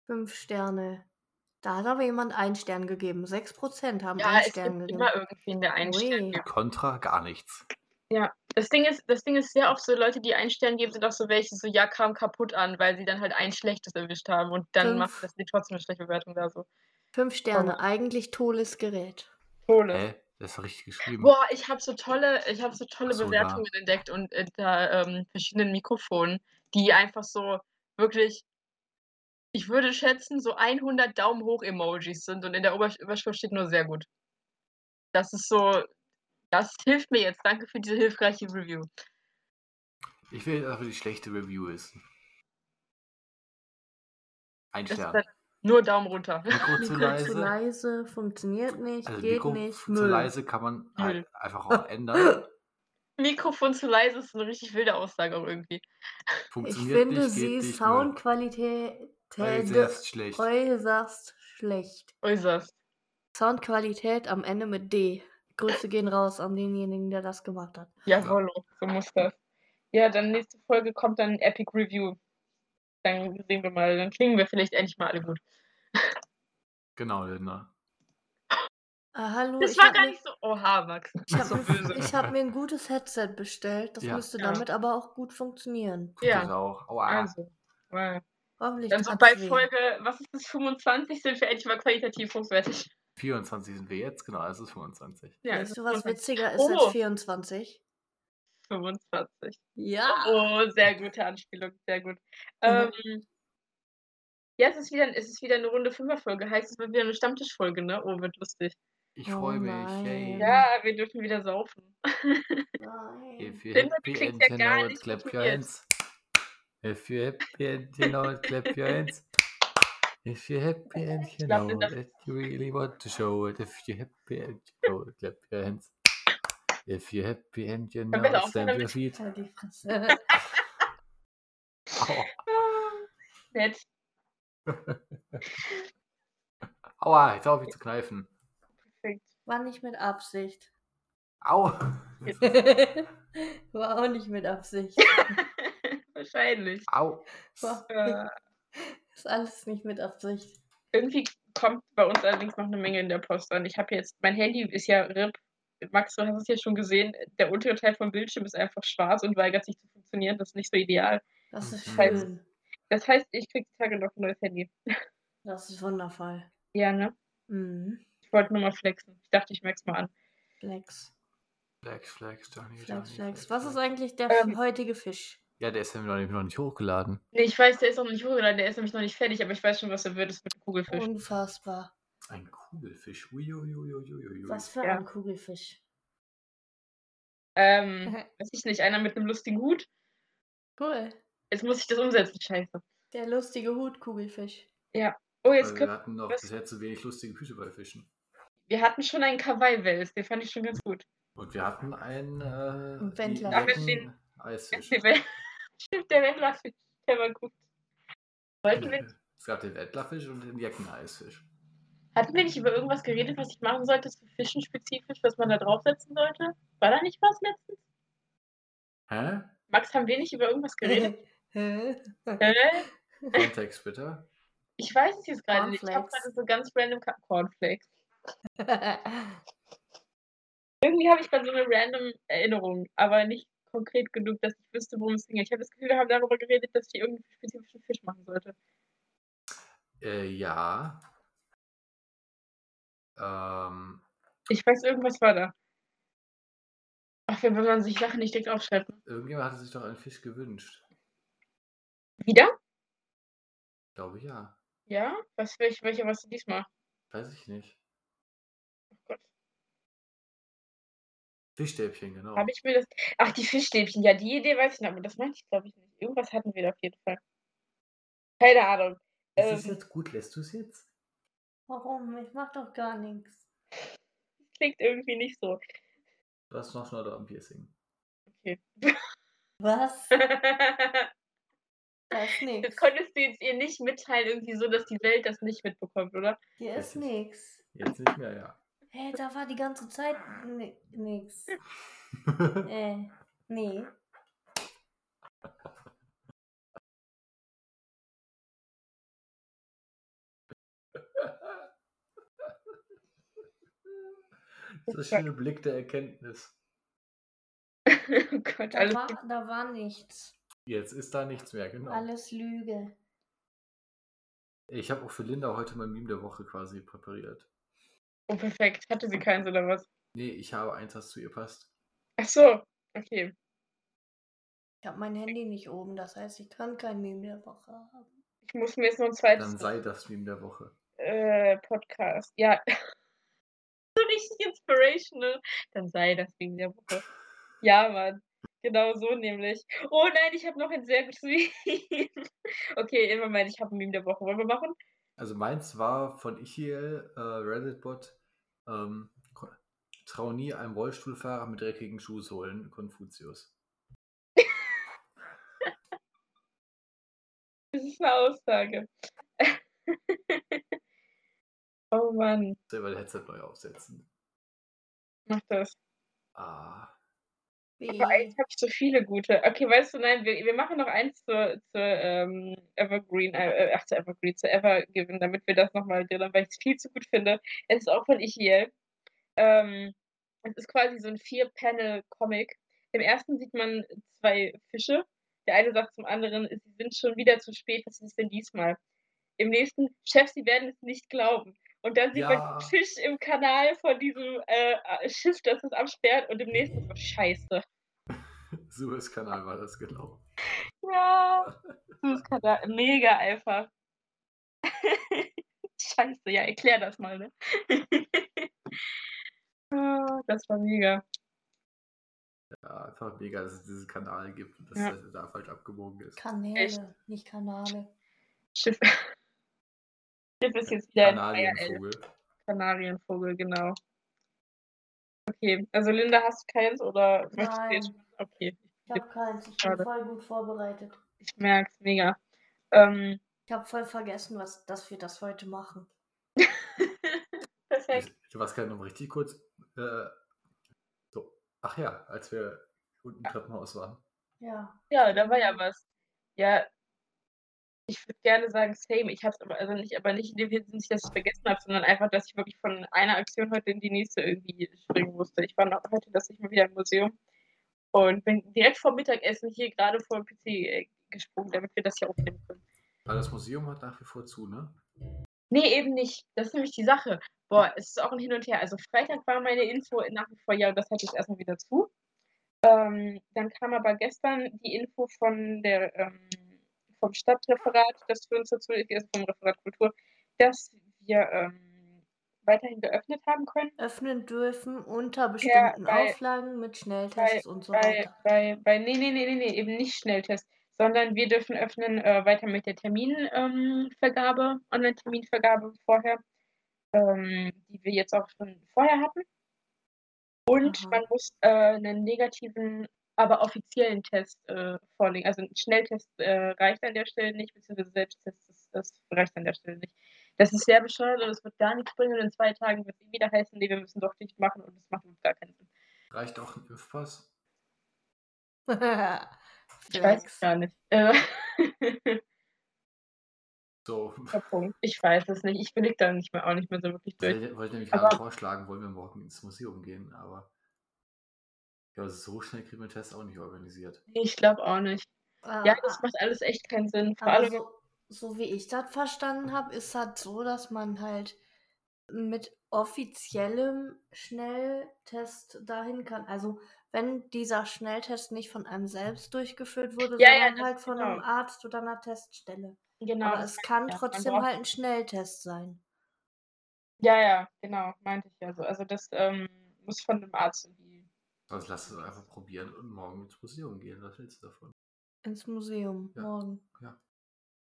[SPEAKER 3] Fünf Sterne. Da hat aber jemand einen Stern gegeben. Sechs Prozent haben
[SPEAKER 1] Ja,
[SPEAKER 3] einen
[SPEAKER 1] es
[SPEAKER 3] Stern
[SPEAKER 1] gibt
[SPEAKER 3] gegeben.
[SPEAKER 1] immer irgendwen, der einen Stern
[SPEAKER 3] Ui.
[SPEAKER 1] gibt.
[SPEAKER 2] Contra gar nichts.
[SPEAKER 1] Das Ding, ist, das Ding ist, sehr oft so Leute, die einen Stern geben, sind auch so welche, so, ja, kam kaputt an, weil sie dann halt ein schlechtes erwischt haben und dann
[SPEAKER 3] Fünf.
[SPEAKER 1] macht das die trotzdem eine schlechte Bewertung da so.
[SPEAKER 3] Fünf Sterne. Eigentlich tolles Gerät.
[SPEAKER 1] Kohle.
[SPEAKER 2] Hä? Das ist doch richtig geschrieben.
[SPEAKER 1] Boah, ich habe so tolle, ich habe so tolle
[SPEAKER 2] Ach so, ja.
[SPEAKER 1] Bewertungen entdeckt und unter ähm, verschiedenen Mikrofonen, die einfach so wirklich, ich würde schätzen, so 100 Daumen hoch Emojis sind und in der Ober Überschrift steht nur sehr gut. Das ist so, das hilft mir jetzt. Danke für diese hilfreiche Review.
[SPEAKER 2] Ich will jetzt einfach die schlechte Review wissen. Ein
[SPEAKER 1] Das ist
[SPEAKER 2] Stern.
[SPEAKER 1] dann nur Daumen runter.
[SPEAKER 2] Mikro zu
[SPEAKER 3] Mikro zu
[SPEAKER 2] leise.
[SPEAKER 3] leise, funktioniert nicht,
[SPEAKER 2] Also
[SPEAKER 3] geht
[SPEAKER 2] Mikro
[SPEAKER 3] nicht,
[SPEAKER 2] zu
[SPEAKER 3] Müll.
[SPEAKER 2] leise kann man halt
[SPEAKER 1] Müll.
[SPEAKER 2] einfach auch ändern.
[SPEAKER 1] Mikrofon zu leise ist eine richtig wilde Aussage auch irgendwie.
[SPEAKER 3] Ich
[SPEAKER 2] Funktioniert
[SPEAKER 3] finde
[SPEAKER 2] nicht,
[SPEAKER 3] sie
[SPEAKER 2] geht nicht, Müll.
[SPEAKER 3] Soundqualität
[SPEAKER 2] Äußerst schlecht.
[SPEAKER 3] äußerst schlecht.
[SPEAKER 1] Äußerst.
[SPEAKER 3] Soundqualität am Ende mit D. Grüße gehen raus an denjenigen, der das gemacht hat.
[SPEAKER 1] Jawollo, so muss das. Ja, dann nächste Folge kommt dann ein Epic Review. Dann sehen wir mal, dann klingen wir vielleicht endlich mal alle gut.
[SPEAKER 2] Genau, Linda.
[SPEAKER 3] Äh, hallo,
[SPEAKER 1] Das
[SPEAKER 3] ich
[SPEAKER 1] war
[SPEAKER 3] hab
[SPEAKER 1] gar
[SPEAKER 3] mir-
[SPEAKER 1] nicht so. Oha, Max.
[SPEAKER 3] Ich habe
[SPEAKER 1] so
[SPEAKER 3] mir,
[SPEAKER 1] böse.
[SPEAKER 3] ich hab mir ein gutes Headset bestellt. Das
[SPEAKER 2] Ja.
[SPEAKER 3] müsste
[SPEAKER 1] Ja.
[SPEAKER 3] damit aber auch gut funktionieren.
[SPEAKER 1] Ja.
[SPEAKER 2] Das auch. Aua.
[SPEAKER 1] Also. wow.
[SPEAKER 3] Hoffentlich
[SPEAKER 1] Dann so
[SPEAKER 3] tat's
[SPEAKER 1] bei
[SPEAKER 3] weh.
[SPEAKER 1] Folge, was ist das, 25 sind wir endlich mal qualitativ hochwertig.
[SPEAKER 2] 24 sind wir jetzt, genau, es ist 25.
[SPEAKER 1] Ja,
[SPEAKER 3] weißt du, was
[SPEAKER 1] mit
[SPEAKER 3] witziger ist
[SPEAKER 1] Oh.
[SPEAKER 3] als 24?
[SPEAKER 1] 25.
[SPEAKER 3] Ja.
[SPEAKER 1] Mhm. Oh, sehr gute Anspielung, sehr gut. Ähm, Ja, es ist wieder, es ist wieder eine Runde Fünferfolge. Heißt, es wird wieder eine Stammtischfolge, ne? Oh, wird lustig.
[SPEAKER 2] Ich
[SPEAKER 3] Oh
[SPEAKER 2] freue mich.
[SPEAKER 3] nein.
[SPEAKER 2] Yay.
[SPEAKER 1] Ja, wir dürfen wieder saufen.
[SPEAKER 2] If
[SPEAKER 3] Nein.
[SPEAKER 2] you
[SPEAKER 1] Findet
[SPEAKER 2] happy
[SPEAKER 1] klingt
[SPEAKER 2] and
[SPEAKER 1] ja
[SPEAKER 2] you
[SPEAKER 1] gar
[SPEAKER 2] know it,
[SPEAKER 1] nicht
[SPEAKER 2] clap your
[SPEAKER 1] motiviert.
[SPEAKER 2] hands. If you happy and you know it, clap your hands. If you happy and you
[SPEAKER 1] glaub,
[SPEAKER 2] know
[SPEAKER 1] wir dürfen-
[SPEAKER 2] it, you really want to show it. If you happy and you know it, clap your hands. If you happy and you know
[SPEAKER 1] besser
[SPEAKER 2] it,
[SPEAKER 1] aufhören
[SPEAKER 2] stamp your
[SPEAKER 1] damit.
[SPEAKER 2] feet.
[SPEAKER 3] Halt die Fresse.
[SPEAKER 2] Aua.
[SPEAKER 1] Ah, Nett.
[SPEAKER 2] Aua, jetzt hör auf mich zu kneifen.
[SPEAKER 1] Perfekt.
[SPEAKER 3] War nicht mit Absicht.
[SPEAKER 2] Au.
[SPEAKER 3] War auch nicht mit Absicht.
[SPEAKER 1] Wahrscheinlich.
[SPEAKER 2] Au.
[SPEAKER 3] War
[SPEAKER 1] Äh,
[SPEAKER 3] ist alles nicht mit Absicht.
[SPEAKER 1] irgendwie kommt bei uns allerdings noch eine Menge in der Post an. Ich habe jetzt, mein Handy ist ja RIP. Max, du hast es ja schon gesehen, der untere Teil vom Bildschirm ist einfach schwarz und weigert sich zu funktionieren. Das ist nicht so ideal.
[SPEAKER 3] Das ist
[SPEAKER 2] Mhm.
[SPEAKER 3] schön.
[SPEAKER 1] Das heißt, ich krieg die Tage noch ein neues Handy.
[SPEAKER 3] Das ist wundervoll.
[SPEAKER 1] Ja, ne?
[SPEAKER 3] Mhm.
[SPEAKER 1] Ich wollte nur mal flexen. Ich dachte, ich merk's mal an.
[SPEAKER 3] Flex.
[SPEAKER 2] Flex, Flex, Johnny,
[SPEAKER 3] Flex,
[SPEAKER 2] Johnny,
[SPEAKER 3] Flex. Was ist
[SPEAKER 2] Flex.
[SPEAKER 3] eigentlich der
[SPEAKER 1] Ähm.
[SPEAKER 3] heutige Fisch?
[SPEAKER 2] Ja, der ist ja noch nicht- noch nicht hochgeladen.
[SPEAKER 1] Nee, ich weiß, der ist noch nicht hochgeladen, der ist nämlich noch nicht fertig, aber ich weiß schon, was er wird. Es wird ein Kugelfisch.
[SPEAKER 3] Unfassbar.
[SPEAKER 2] Ein Kugelfisch. Uiuiuiuiui.
[SPEAKER 3] Was für
[SPEAKER 1] Ja.
[SPEAKER 3] ein Kugelfisch.
[SPEAKER 1] Ähm, weiß ich nicht, einer mit einem lustigen Hut.
[SPEAKER 3] Cool.
[SPEAKER 1] Jetzt muss ich das umsetzen, scheiße.
[SPEAKER 3] Der lustige Hut-Kugelfisch.
[SPEAKER 1] Oh, jetzt
[SPEAKER 2] Also, wir
[SPEAKER 1] können,
[SPEAKER 2] hatten doch
[SPEAKER 1] was-
[SPEAKER 2] bisher zu wenig lustige Füße bei Fischen.
[SPEAKER 1] wir hatten schon einen Kawaii-Wels, den fand ich schon ganz gut.
[SPEAKER 2] Und wir hatten einen äh,
[SPEAKER 3] Wendler.
[SPEAKER 1] Ach, wir
[SPEAKER 2] netten
[SPEAKER 1] stehen-
[SPEAKER 2] Eisfisch.
[SPEAKER 1] Die Wel- Stimmt, der Wendlerfisch, der war gut. Wollten wir,
[SPEAKER 2] Es gab den Wendlerfisch und den Jecken-Eisfisch.
[SPEAKER 1] hatten wir nicht über irgendwas geredet, was ich machen sollte, für Fischen spezifisch, was man da draufsetzen sollte? War da nicht was letztens?
[SPEAKER 2] Hä?
[SPEAKER 1] Max, haben wir nicht über irgendwas geredet?
[SPEAKER 3] Hä?
[SPEAKER 1] Hä?
[SPEAKER 2] Kontext bitte.
[SPEAKER 1] ich weiß es jetzt gerade nicht. Ich habe
[SPEAKER 3] Cornflakes.
[SPEAKER 1] gerade so ganz random Ka- Cornflakes. Irgendwie habe ich gerade so eine random Erinnerung, aber nicht konkret genug, dass ich wüsste, worum es ging. Ich habe das Gefühl, wir haben darüber geredet, dass ich irgendeinen spezifischen Fisch machen sollte.
[SPEAKER 2] Äh, ja. Ähm,
[SPEAKER 1] Ich weiß, irgendwas war da. Ach, wenn man sich Sachen nicht direkt aufschreibt.
[SPEAKER 2] irgendjemand hatte sich doch einen Fisch gewünscht.
[SPEAKER 1] Wieder?
[SPEAKER 2] Ich glaube ja.
[SPEAKER 1] Ja? Was, welch, welcher warst du diesmal?
[SPEAKER 2] Weiß ich nicht.
[SPEAKER 1] Oh Gott.
[SPEAKER 2] Fischstäbchen, genau.
[SPEAKER 1] Habe ich mir das. Ach, die Fischstäbchen. Ja, die Idee weiß ich nicht, aber das meinte ich, glaube ich, nicht. Irgendwas hatten wir da auf jeden Fall. Keine Ahnung.
[SPEAKER 2] Ist es
[SPEAKER 1] ähm,
[SPEAKER 2] jetzt gut? Lässt du es jetzt?
[SPEAKER 3] Warum? Ich mach doch gar nichts.
[SPEAKER 1] Klingt irgendwie nicht so.
[SPEAKER 2] Du hast noch Schnodder am Piercing.
[SPEAKER 1] Okay.
[SPEAKER 3] Was?
[SPEAKER 1] das
[SPEAKER 3] Da ist nix.
[SPEAKER 1] konntest du jetzt ihr nicht mitteilen, irgendwie so, dass die Welt das nicht mitbekommt, oder?
[SPEAKER 3] Hier ist
[SPEAKER 2] Richtig.
[SPEAKER 3] nix.
[SPEAKER 2] Jetzt nicht mehr, ja.
[SPEAKER 3] Hä, da war die ganze Zeit ni- nix. Äh, nee.
[SPEAKER 2] Das ist schon ein Blick der Erkenntnis.
[SPEAKER 1] oh Gott,
[SPEAKER 3] Da
[SPEAKER 1] alles
[SPEAKER 3] war, da war nichts.
[SPEAKER 2] Jetzt ist da nichts mehr, genau.
[SPEAKER 3] Alles Lüge.
[SPEAKER 2] Ich habe auch für Linda heute mein Meme der Woche quasi präpariert.
[SPEAKER 1] oh, perfekt. Hatte sie keins oder was?
[SPEAKER 2] Nee, ich habe eins, das zu ihr passt.
[SPEAKER 1] Ach so. Okay.
[SPEAKER 3] Ich habe mein Handy nicht oben, das heißt, ich kann kein Meme der Woche haben.
[SPEAKER 1] Ich muss mir jetzt noch ein
[SPEAKER 2] Dann
[SPEAKER 1] zweites
[SPEAKER 2] sei das Meme der Woche.
[SPEAKER 1] äh, Podcast. Ja. so richtig inspirational. Dann sei das wegen der Woche. Ja, Mann. Genau so nämlich. Oh nein, ich habe noch ein sehr gutes Meme. okay, immer mein, ich habe ein Meme der Woche. Wollen wir machen?
[SPEAKER 2] Also meins war von Ichiel, äh, Reddit-Bot, ähm, Ko- trau nie einem Rollstuhlfahrer mit dreckigen Schuhsohlen, Konfuzius.
[SPEAKER 1] Das ist eine Aussage. oh Mann,
[SPEAKER 2] Selber das Headset neu aufsetzen.
[SPEAKER 1] mach das.
[SPEAKER 2] Ah,
[SPEAKER 3] Wie?
[SPEAKER 1] Aber eigentlich habe ich so viele gute. Okay, weißt du, nein, wir, wir machen noch eins zur, zur ähm, Evergreen, äh, ach, zur Evergreen, zur Evergiven, damit wir das nochmal drillern, weil ich es viel zu gut finde. Es ist auch von Ichiel. Ähm, es ist quasi so ein Vier-Panel-Comic. Im ersten sieht man zwei Fische. Der eine sagt zum anderen, sie sind schon wieder zu spät, was ist denn diesmal? Im nächsten, Chef, sie werden es nicht glauben. Und dann sieht man
[SPEAKER 2] Ja.
[SPEAKER 1] den Fisch im Kanal von diesem äh, Schiff, das es absperrt. Und im nächsten so, scheiße.
[SPEAKER 2] Suezkanal war das genau.
[SPEAKER 1] Ja. Süßkanal. Mega einfach. Scheiße, ja, erklär das mal, ne? Ah, das war mega.
[SPEAKER 2] Ja, einfach mega, dass es diesen Kanal gibt und dass
[SPEAKER 1] Ja.
[SPEAKER 2] er da falsch abgebogen ist.
[SPEAKER 3] Kanäle,
[SPEAKER 1] Echt?
[SPEAKER 3] nicht Kanale.
[SPEAKER 1] Schiff. Schiff ist jetzt wieder in IRL.
[SPEAKER 2] Kanalienvogel.
[SPEAKER 1] Kanarienvogel, genau. Okay, also Linda, hast du keins oder möchtest du
[SPEAKER 3] Nein,
[SPEAKER 1] jetzt? Okay,
[SPEAKER 3] ich habe keins. Ich bin
[SPEAKER 1] Schade.
[SPEAKER 3] voll gut vorbereitet.
[SPEAKER 1] ich merk's mega. Ähm,
[SPEAKER 3] Ich habe voll vergessen, was, dass wir das heute machen.
[SPEAKER 1] perfekt.
[SPEAKER 2] Du warst gerade noch mal richtig kurz. Äh, so. Ach ja, als wir unten im Treppenhaus waren.
[SPEAKER 3] Ja.
[SPEAKER 1] Ja, da war ja was. Ja, ich würde gerne sagen, same. Ich hab's aber also nicht, aber nicht in dem Sinne, nicht, dass ich vergessen habe, sondern einfach, dass ich wirklich von einer Aktion heute in die nächste irgendwie springen musste. Ich war noch heute das nicht mal wieder im Museum und bin direkt vor Mittagessen hier gerade vor dem PC äh, gesprungen, damit wir das hier aufnehmen können.
[SPEAKER 2] Aber das Museum hat nach wie vor zu, ne?
[SPEAKER 1] Nee, eben nicht. Das ist nämlich die Sache. Boah, es ist auch ein Hin und Her. Also Freitag war meine Info nach wie vor, ja, das hatte ich erstmal wieder zu. Ähm, dann kam aber gestern die Info von der, ähm, vom Stadtreferat, das für uns dazu ist, vom Referat Kultur, dass wir ähm, weiterhin geöffnet haben können.
[SPEAKER 3] Öffnen dürfen unter bestimmten
[SPEAKER 1] bei-
[SPEAKER 3] Auflagen mit Schnelltests und so
[SPEAKER 1] Bei,
[SPEAKER 3] weiter.
[SPEAKER 1] bei, bei, nee, nee, nee, nee, nee, eben nicht Schnelltest, sondern wir dürfen öffnen äh, weiter mit der Terminvergabe, ähm, Vergabe, Online-Terminvergabe vorher, ähm, die wir jetzt auch schon vorher hatten. Und
[SPEAKER 3] Aha.
[SPEAKER 1] man muss äh, einen negativen, aber offiziellen Test äh, vorlegen. Also ein Schnelltest äh, reicht an der Stelle nicht, beziehungsweise Selbsttest, das, das reicht an der Stelle nicht. Das ist sehr bescheuert und es wird gar nichts bringen und in zwei Tagen wird es eh wieder heißen, nee, wir müssen doch dicht machen und das macht uns gar keinen Sinn.
[SPEAKER 2] Reicht auch ein Impfpass?
[SPEAKER 1] Ich weiß es
[SPEAKER 3] Flex.
[SPEAKER 1] gar nicht. Äh,
[SPEAKER 2] So,
[SPEAKER 1] guter Punkt. Ich weiß es nicht. Ich blick da nicht mehr, auch nicht mehr so wirklich durch.
[SPEAKER 2] wollte ich nämlich
[SPEAKER 1] Aber-
[SPEAKER 2] gerade vorschlagen, wollen wir morgen ins Museum gehen, aber ja, so schnell kriegen wir den Test auch nicht organisiert.
[SPEAKER 1] Nee, Ich glaube auch nicht.
[SPEAKER 3] Ah,
[SPEAKER 1] Ja, das macht alles echt keinen Sinn. Vor
[SPEAKER 3] Aber
[SPEAKER 1] allem,
[SPEAKER 3] so, so wie ich das verstanden habe, ist das so, dass man halt mit offiziellem Schnelltest dahin kann. Also wenn dieser Schnelltest nicht von einem selbst durchgeführt wurde,
[SPEAKER 1] Ja, ja,
[SPEAKER 3] sondern
[SPEAKER 1] das-
[SPEAKER 3] halt von einem Arzt oder einer Teststelle.
[SPEAKER 1] genau.
[SPEAKER 3] Aber
[SPEAKER 1] das
[SPEAKER 3] es kann
[SPEAKER 1] ich ja. Man
[SPEAKER 3] trotzdem
[SPEAKER 1] braucht-
[SPEAKER 3] halt ein Schnelltest sein.
[SPEAKER 1] ja, ja, genau. Meinte ich ja so. Also, das ähm, muss von einem Arzt irgendwie.
[SPEAKER 2] Sonst Also lass es einfach probieren und morgen ins Museum gehen. Was hältst du davon?
[SPEAKER 3] Ins Museum
[SPEAKER 2] Ja.
[SPEAKER 3] morgen.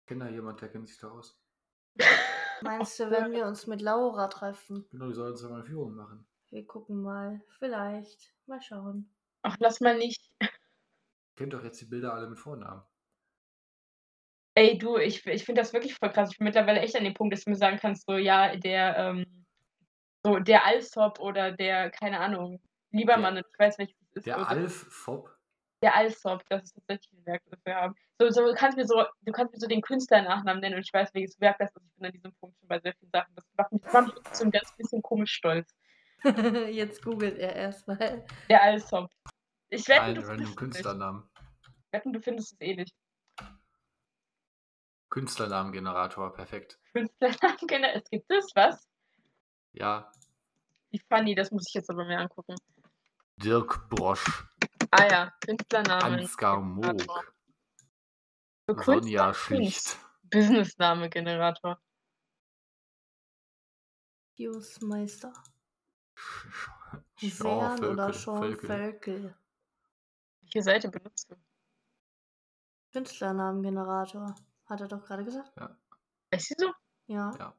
[SPEAKER 2] Kennt da jemand, der kennt sich da aus?
[SPEAKER 3] Meinst du,
[SPEAKER 1] äh,
[SPEAKER 3] wenn wir uns mit Laura treffen?
[SPEAKER 2] Genau, die sollen uns ja mal eine Führung machen.
[SPEAKER 3] Wir gucken mal. Vielleicht. Mal schauen.
[SPEAKER 1] Ach, lass mal nicht.
[SPEAKER 2] Kennt doch jetzt die Bilder alle mit Vornamen.
[SPEAKER 1] Ey, du, ich, ich finde das wirklich voll krass. Ich bin mittlerweile echt an dem Punkt, dass du mir sagen kannst, so, ja, der, ähm, so, der Alsop oder der, keine Ahnung, Liebermann,
[SPEAKER 2] Der-
[SPEAKER 1] und ich weiß nicht, das ist
[SPEAKER 2] Der
[SPEAKER 1] oder-
[SPEAKER 2] Alf Fopp.
[SPEAKER 1] Der Alsop, das ist tatsächlich ein Werk, das wir haben. So, so, du, kannst mir so, du kannst mir so den Künstlernachnamen nennen und ich weiß, welches Werk das ist. Ich bin an diesem Punkt schon bei sehr vielen Sachen. Das macht mich, macht mich so ein ganz bisschen komisch stolz.
[SPEAKER 3] Jetzt googelt er erstmal.
[SPEAKER 1] Der Alsop. Ich wette,
[SPEAKER 2] Ein
[SPEAKER 1] du
[SPEAKER 2] random
[SPEAKER 1] findest, es nicht.
[SPEAKER 2] Künstlernamen.
[SPEAKER 1] wetten, du findest es eh nicht.
[SPEAKER 2] Künstlernamengenerator, perfekt.
[SPEAKER 1] Künstlernamen, genau. Es gibt es, was?
[SPEAKER 2] Ja,
[SPEAKER 1] Wie funny, das muss ich jetzt aber mir angucken.
[SPEAKER 2] Dirk Brosch,
[SPEAKER 1] Ah ja, Künstlernamen.
[SPEAKER 2] Ansgar
[SPEAKER 1] Generator.
[SPEAKER 2] Moog,
[SPEAKER 1] So
[SPEAKER 2] Sonja
[SPEAKER 1] Künstler-
[SPEAKER 2] Schlicht.
[SPEAKER 1] Businessname-Generator.
[SPEAKER 3] Fuse-Meister.
[SPEAKER 2] Sch- Sch-
[SPEAKER 3] Sean oder Sean Völkel.
[SPEAKER 2] Völkel.
[SPEAKER 1] Welche Seite benutzt du?
[SPEAKER 3] Künstlernamengenerator. Hat er doch gerade gesagt.
[SPEAKER 1] Weißt du so?
[SPEAKER 3] Ja.
[SPEAKER 2] Ja.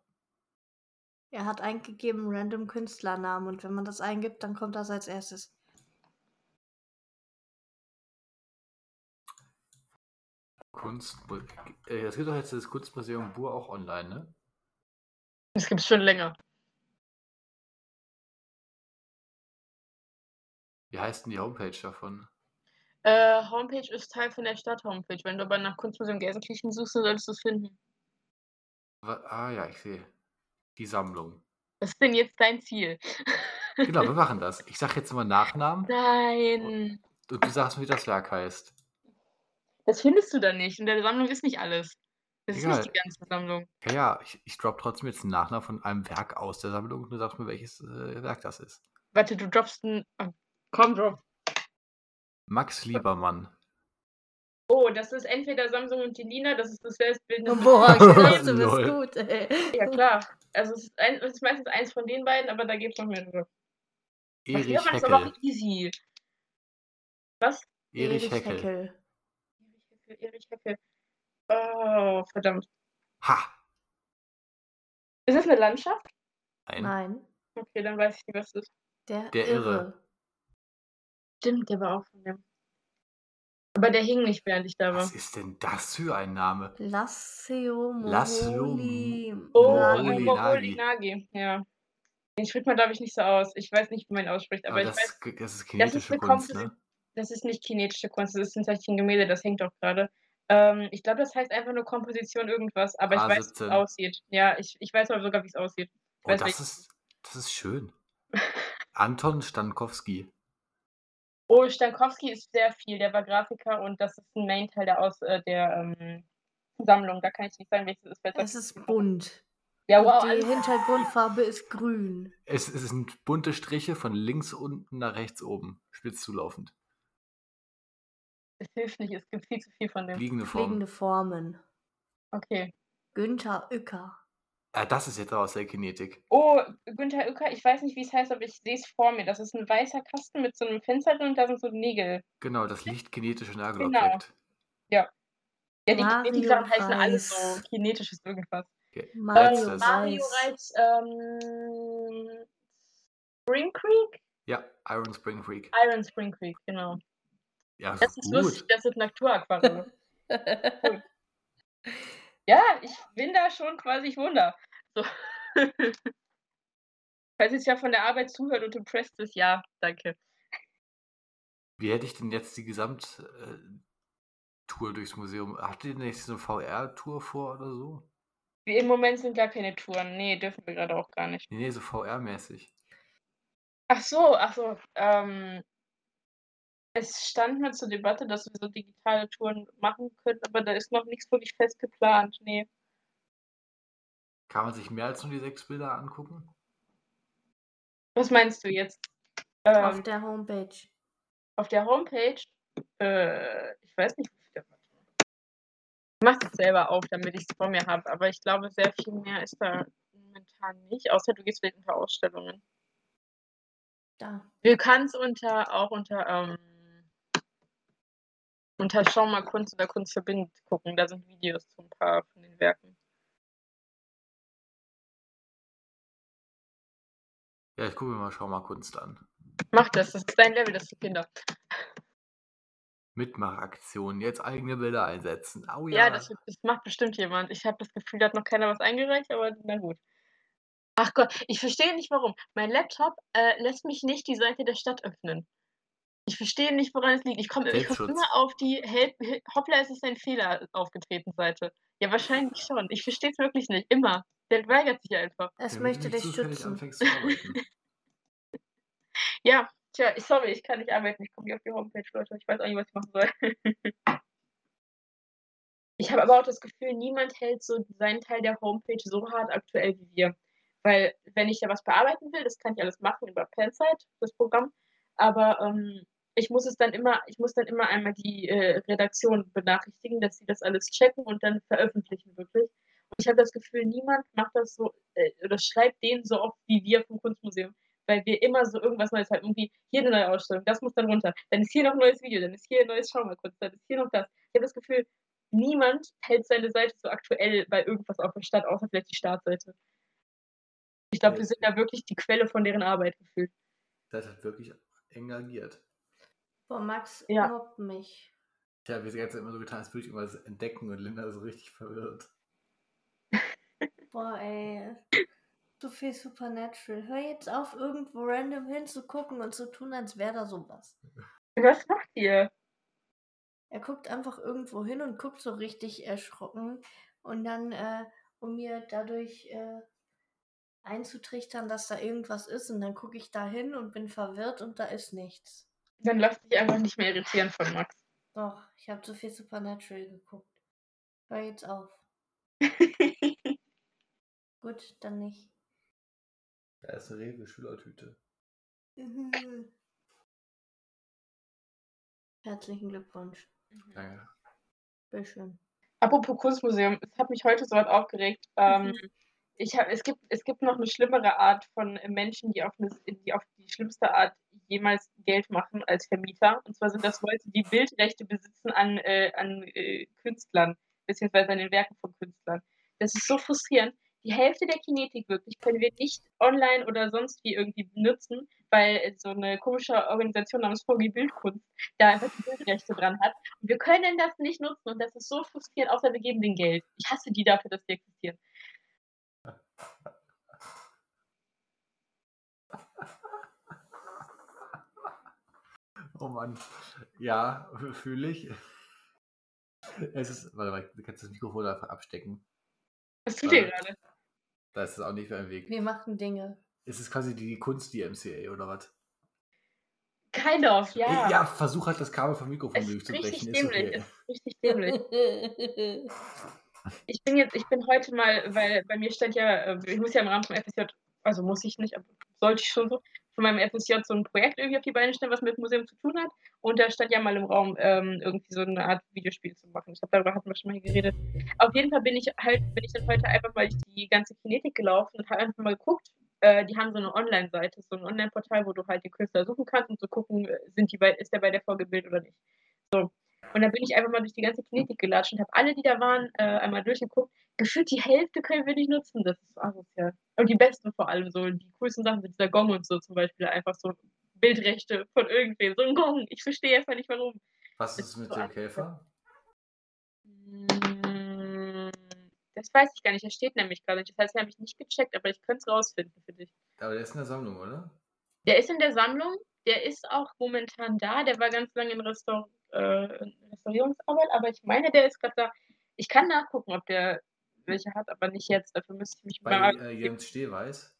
[SPEAKER 3] Er hat eingegeben random Künstlernamen und wenn man das eingibt, dann kommt das als erstes.
[SPEAKER 2] Kunst. Äh, Es gibt doch jetzt das Kunstmuseum Bur auch online, ne?
[SPEAKER 1] Das gibt's schon länger.
[SPEAKER 2] Wie heißt denn die Homepage davon?
[SPEAKER 1] Äh, Homepage ist Teil von der Stadt-Homepage. Wenn du aber nach Kunstmuseum Gelsenkirchen suchst, dann solltest du es finden.
[SPEAKER 2] Wa- Ah ja, ich sehe. Die Sammlung.
[SPEAKER 1] Was ist denn jetzt dein Ziel?
[SPEAKER 2] Genau, wir machen das. Ich sage jetzt mal Nachnamen
[SPEAKER 1] Nein.
[SPEAKER 2] und du sagst mir, wie das Werk heißt.
[SPEAKER 1] Das findest du dann nicht. In der Sammlung ist nicht alles. Das ist
[SPEAKER 2] Egal.
[SPEAKER 1] nicht die ganze Sammlung.
[SPEAKER 2] Ja, ja, ich, ich drop trotzdem jetzt einen Nachnamen von einem Werk aus der Sammlung und du sagst mir, welches äh, Werk das ist.
[SPEAKER 1] Warte, du droppst ein. Oh, komm, drop.
[SPEAKER 2] Max Liebermann.
[SPEAKER 1] Oh, das ist entweder Samsung und die Lina, das ist das selbstbildende
[SPEAKER 3] Boah, krass, du bist
[SPEAKER 2] Lol.
[SPEAKER 3] gut, ey.
[SPEAKER 1] Ja, klar. Also es ist, ein, es ist meistens eins von den beiden, aber da gibt es noch mehrere. Bei
[SPEAKER 2] Erich
[SPEAKER 1] Früher war das aber
[SPEAKER 2] Heckel.
[SPEAKER 1] auch easy. Was?
[SPEAKER 2] Erich Heckel.
[SPEAKER 1] Erich Heckel. Oh, verdammt.
[SPEAKER 2] Ha!
[SPEAKER 1] Ist das eine Landschaft?
[SPEAKER 2] Ein.
[SPEAKER 3] Nein,
[SPEAKER 1] Okay, dann weiß ich nicht, was das ist.
[SPEAKER 3] der,
[SPEAKER 2] Der Irre.
[SPEAKER 3] Irre.
[SPEAKER 1] Stimmt, der war auch von dem. Aber der hing nicht, während ich da war.
[SPEAKER 2] Was ist denn das für ein Name?
[SPEAKER 3] Lassio
[SPEAKER 2] Lassio
[SPEAKER 3] Moli.
[SPEAKER 1] Oh,
[SPEAKER 2] Moroli
[SPEAKER 3] Mali.
[SPEAKER 1] Moroli
[SPEAKER 2] Nagi.
[SPEAKER 1] Nagi, ja. Den spricht man, glaube ich, nicht so aus. Ich weiß nicht, wie man ihn ausspricht, aber,
[SPEAKER 2] Aber
[SPEAKER 1] ich
[SPEAKER 2] Ah, das,
[SPEAKER 1] weiß,
[SPEAKER 2] ist- das ist
[SPEAKER 1] das ist
[SPEAKER 2] kinetische
[SPEAKER 1] eine
[SPEAKER 2] Kunst,
[SPEAKER 1] Komposi-
[SPEAKER 2] ne?
[SPEAKER 1] das ist nicht chinesische Kunst, das ist ein Zeichen Gemälde, das hängt doch gerade. Ähm, ich glaube, das heißt einfach nur Komposition irgendwas, aber ich weiß, wie es
[SPEAKER 2] A17.
[SPEAKER 1] aussieht. Ja, ich, ich weiß aber sogar, wie es aussieht.
[SPEAKER 2] Oh,
[SPEAKER 1] weiß
[SPEAKER 2] das
[SPEAKER 1] nicht.
[SPEAKER 2] ist, das ist schön. Anton Stankowski.
[SPEAKER 1] Oh, Stankowski ist sehr viel, der war Grafiker und das ist ein Main-Teil der, Aus äh, der ähm, Sammlung. Da kann ich nicht sagen, welches ist besser.
[SPEAKER 3] Es ist bunt.
[SPEAKER 1] ja, wow,
[SPEAKER 3] und die
[SPEAKER 1] alles
[SPEAKER 3] Hintergrundfarbe ist grün.
[SPEAKER 2] Es, es sind bunte Striche von links unten nach rechts oben, spitz zulaufend.
[SPEAKER 1] das hilft nicht, es gibt viel zu viel von dem.
[SPEAKER 2] Fliegende Form.
[SPEAKER 3] Fliegende Formen.
[SPEAKER 1] Okay.
[SPEAKER 3] Günther Uecker.
[SPEAKER 2] Ah, das ist jetzt aus der Kinetik.
[SPEAKER 1] Oh, Günther Uecker, ich weiß nicht, wie es heißt, aber ich sehe es vor mir. Das ist ein weißer Kasten mit so einem Fenster drin und da sind so Nägel.
[SPEAKER 2] Genau, das lichtkinetische Nagelobjekt.
[SPEAKER 1] Ja, die
[SPEAKER 3] Mario
[SPEAKER 1] kinetischen Sachen heißen alle so
[SPEAKER 3] Reis.
[SPEAKER 1] kinetisches irgendwas.
[SPEAKER 3] Mario
[SPEAKER 2] letztes.
[SPEAKER 1] Mario
[SPEAKER 3] Reis.
[SPEAKER 1] Reis, ähm, Spring Creek?
[SPEAKER 2] Ja, Iron Spring Freak.
[SPEAKER 1] Iron Spring Creek, genau.
[SPEAKER 2] Ja,
[SPEAKER 1] Das ist lustig, das sind Naturaquarelle. ja, ich bin da schon quasi, ich wunder. So. Falls jetzt ja von der Arbeit zuhört und impressed ist, ja, danke.
[SPEAKER 2] Wie hätte ich denn jetzt die Gesamttour durchs Museum? Habt ihr denn jetzt so eine VR-Tour vor oder so?
[SPEAKER 1] Im Moment sind gar keine Touren. Nee, dürfen wir gerade auch gar nicht.
[SPEAKER 2] Nee, nee, so VR-mäßig.
[SPEAKER 1] Ach so, ach so. Ähm, es stand mal zur Debatte, dass wir so digitale Touren machen können, aber da ist noch nichts wirklich fest geplant. Nee.
[SPEAKER 2] Kann man sich mehr als nur die sechs Bilder angucken?
[SPEAKER 1] Was meinst du jetzt?
[SPEAKER 3] Auf
[SPEAKER 1] Ähm,
[SPEAKER 3] der Homepage.
[SPEAKER 1] auf der Homepage? Äh, ich weiß nicht, wie viel da war. Ich mach das selber auf, damit ich es vor mir habe, aber ich glaube, sehr viel mehr ist da momentan nicht, außer du gehst vielleicht unter Ausstellungen.
[SPEAKER 3] Da.
[SPEAKER 1] Du kannst unter, auch unter, ähm, unter Schau mal Kunst oder Kunst verbindet gucken. Da sind Videos zu ein paar von den Werken.
[SPEAKER 2] Ja, ich gucke mir mal, schau mal Kunst an.
[SPEAKER 1] Mach das, das ist dein Level, das ist für Kinder.
[SPEAKER 2] Mitmachaktion, jetzt eigene Bilder einsetzen. Au
[SPEAKER 1] Ja,
[SPEAKER 2] ja.
[SPEAKER 1] das, das macht bestimmt jemand. Ich habe das Gefühl, da hat noch keiner was eingereicht, aber na gut. Ach Gott, ich verstehe nicht warum. Mein Laptop äh, lässt mich nicht die Seite der Stadt öffnen. Ich verstehe nicht, woran es liegt. Ich komme ich komm
[SPEAKER 2] Selbstschutz.
[SPEAKER 1] immer auf die Help, Hoppla, es ist ein Fehler aufgetreten Seite. Ja, wahrscheinlich schon. Ich verstehe es wirklich nicht. Immer. Der weigert sich einfach.
[SPEAKER 3] Es
[SPEAKER 2] Damit du
[SPEAKER 3] möchte
[SPEAKER 2] nicht
[SPEAKER 3] dich
[SPEAKER 2] zufällig
[SPEAKER 3] schützen.
[SPEAKER 2] Anfängst zu arbeiten.
[SPEAKER 1] Ja, tja, ich, sorry, ich kann nicht arbeiten. Ich komme nicht auf die Homepage, Leute. Ich weiß auch nicht, was ich machen soll. ich habe aber auch das Gefühl, niemand hält so seinen Teil der Homepage so hart aktuell wie wir. Weil, wenn ich da was bearbeiten will, das kann ich alles machen über Pansite, das Programm. Aber ähm, ich muss es dann immer, ich muss dann immer einmal die äh, Redaktion benachrichtigen, dass sie das alles checken und dann veröffentlichen wirklich. Und ich habe das Gefühl, niemand macht das so äh, oder schreibt denen so oft wie wir vom Kunstmuseum weil wir immer so irgendwas Neues haben. Irgendwie hier eine neue Ausstellung, das muss dann runter. Dann ist hier noch ein neues Video, dann ist hier ein neues Schau mal kurz, dann ist hier noch das. Ich habe das Gefühl, niemand hält seine Seite so aktuell bei irgendwas auf der Stadt, außer vielleicht die Startseite. Ich glaube, wir sind da wirklich die Quelle von deren Arbeit gefühlt.
[SPEAKER 2] Das hat wirklich engagiert.
[SPEAKER 3] Boah, Max
[SPEAKER 1] Ja.
[SPEAKER 3] mobbt mich.
[SPEAKER 2] Ich habe jetzt die ganze Zeit immer so getan, als würde ich irgendwas entdecken und Linda ist richtig verwirrt.
[SPEAKER 3] Boah, ey. So viel Supernatural. Hör jetzt auf, irgendwo random hinzugucken und zu tun, als wäre da sowas.
[SPEAKER 1] Was macht ihr?
[SPEAKER 3] Er guckt einfach irgendwo hin und guckt so richtig erschrocken. Und dann, äh, um mir dadurch äh, einzutrichtern, dass da irgendwas ist. Und dann gucke ich da hin und bin verwirrt und da ist nichts.
[SPEAKER 1] Dann lass dich einfach nicht mehr irritieren von Max.
[SPEAKER 3] Doch, ich habe zu viel Supernatural geguckt. Hör jetzt auf. Gut, dann nicht.
[SPEAKER 2] Da ist eine Rewe Schülertüte.
[SPEAKER 3] Herzlichen Glückwunsch.
[SPEAKER 2] Danke.
[SPEAKER 3] Sehr schön.
[SPEAKER 1] Apropos Kunstmuseum, es hat mich heute so was aufgeregt. Ähm, ich hab, es, gibt, es gibt noch eine schlimmere Art von äh, Menschen, die auf, eine, die auf die schlimmste Art jemals Geld machen als Vermieter. Und zwar sind das Leute, die Bildrechte besitzen an, äh, an äh, Künstlern, beziehungsweise an den Werken von Künstlern. Das ist so frustrierend. Die Hälfte der Kinetik wirklich können wir nicht online oder sonst wie irgendwie benutzen, weil so eine komische Organisation namens VG Bildkunst da einfach die Bildrechte dran hat. Und wir können das nicht nutzen und das ist so frustrierend, außer wir geben denen Geld. Ich hasse die dafür, dass die existieren.
[SPEAKER 2] Oh Mann. Ja, fühle ich. Es ist, warte mal, du kannst das Mikrofon einfach abstecken.
[SPEAKER 1] Was tut
[SPEAKER 2] Äh,
[SPEAKER 1] ihr gerade?
[SPEAKER 2] Da ist es auch nicht mehr im Weg.
[SPEAKER 3] Wir machen Dinge.
[SPEAKER 2] Es ist quasi die Kunst, die MCA, oder was?
[SPEAKER 1] Kind of, ja.
[SPEAKER 2] ja, versuch halt das Kabel vom Mikrofon
[SPEAKER 1] es ist richtig
[SPEAKER 2] durchzubrechen. Ist
[SPEAKER 1] dämlich.
[SPEAKER 2] okay.
[SPEAKER 1] Es ist richtig dämlich. Ich bin jetzt, ich bin heute mal, weil bei mir stand ja, äh, ich muss ja im Rahmen vom FSJ, also muss ich nicht, aber sollte ich schon so, von meinem FSJ so ein Projekt irgendwie auf die Beine stellen, was mit Museum zu tun hat. Und da stand ja mal im Raum, ähm, irgendwie so eine Art Videospiel zu machen. Ich glaube, darüber hatten wir schon mal geredet. Auf jeden Fall bin ich halt, bin ich dann heute einfach mal durch die ganze Kinetik gelaufen und habe einfach mal geguckt. Äh, die haben so eine Online-Seite, so ein Online-Portal, wo du halt die Künstler suchen kannst, um zu gucken, äh, sind die bei, ist der bei der vorgebildet oder nicht. Und dann bin ich einfach mal durch die ganze Klinik gelatscht und habe alle, die da waren, äh, einmal durchgeguckt. Gefühlt die Hälfte können wir nicht nutzen. Das ist so asozial. Und die besten vor allem so. Die coolsten Sachen sind dieser Gong und so zum Beispiel. Einfach so Bildrechte von irgendwem. So ein Gong. Ich verstehe einfach nicht warum.
[SPEAKER 2] Was ist mit dem Käfer?
[SPEAKER 1] Mm, Das weiß ich gar nicht. Das steht nämlich gerade nicht. Das heißt, den habe ich nicht gecheckt, aber ich könnte es rausfinden für dich.
[SPEAKER 2] Aber der ist in der Sammlung, oder?
[SPEAKER 1] Der ist in der Sammlung. Der ist auch momentan da. Der war ganz lange in Restaur äh, in Restaurierungsarbeit, aber ich meine, der ist gerade da. Ich kann nachgucken, ob der welche hat, aber nicht jetzt. Dafür müsste ich mich
[SPEAKER 2] Bei
[SPEAKER 1] mal.
[SPEAKER 2] äh, Jens Stehweiß.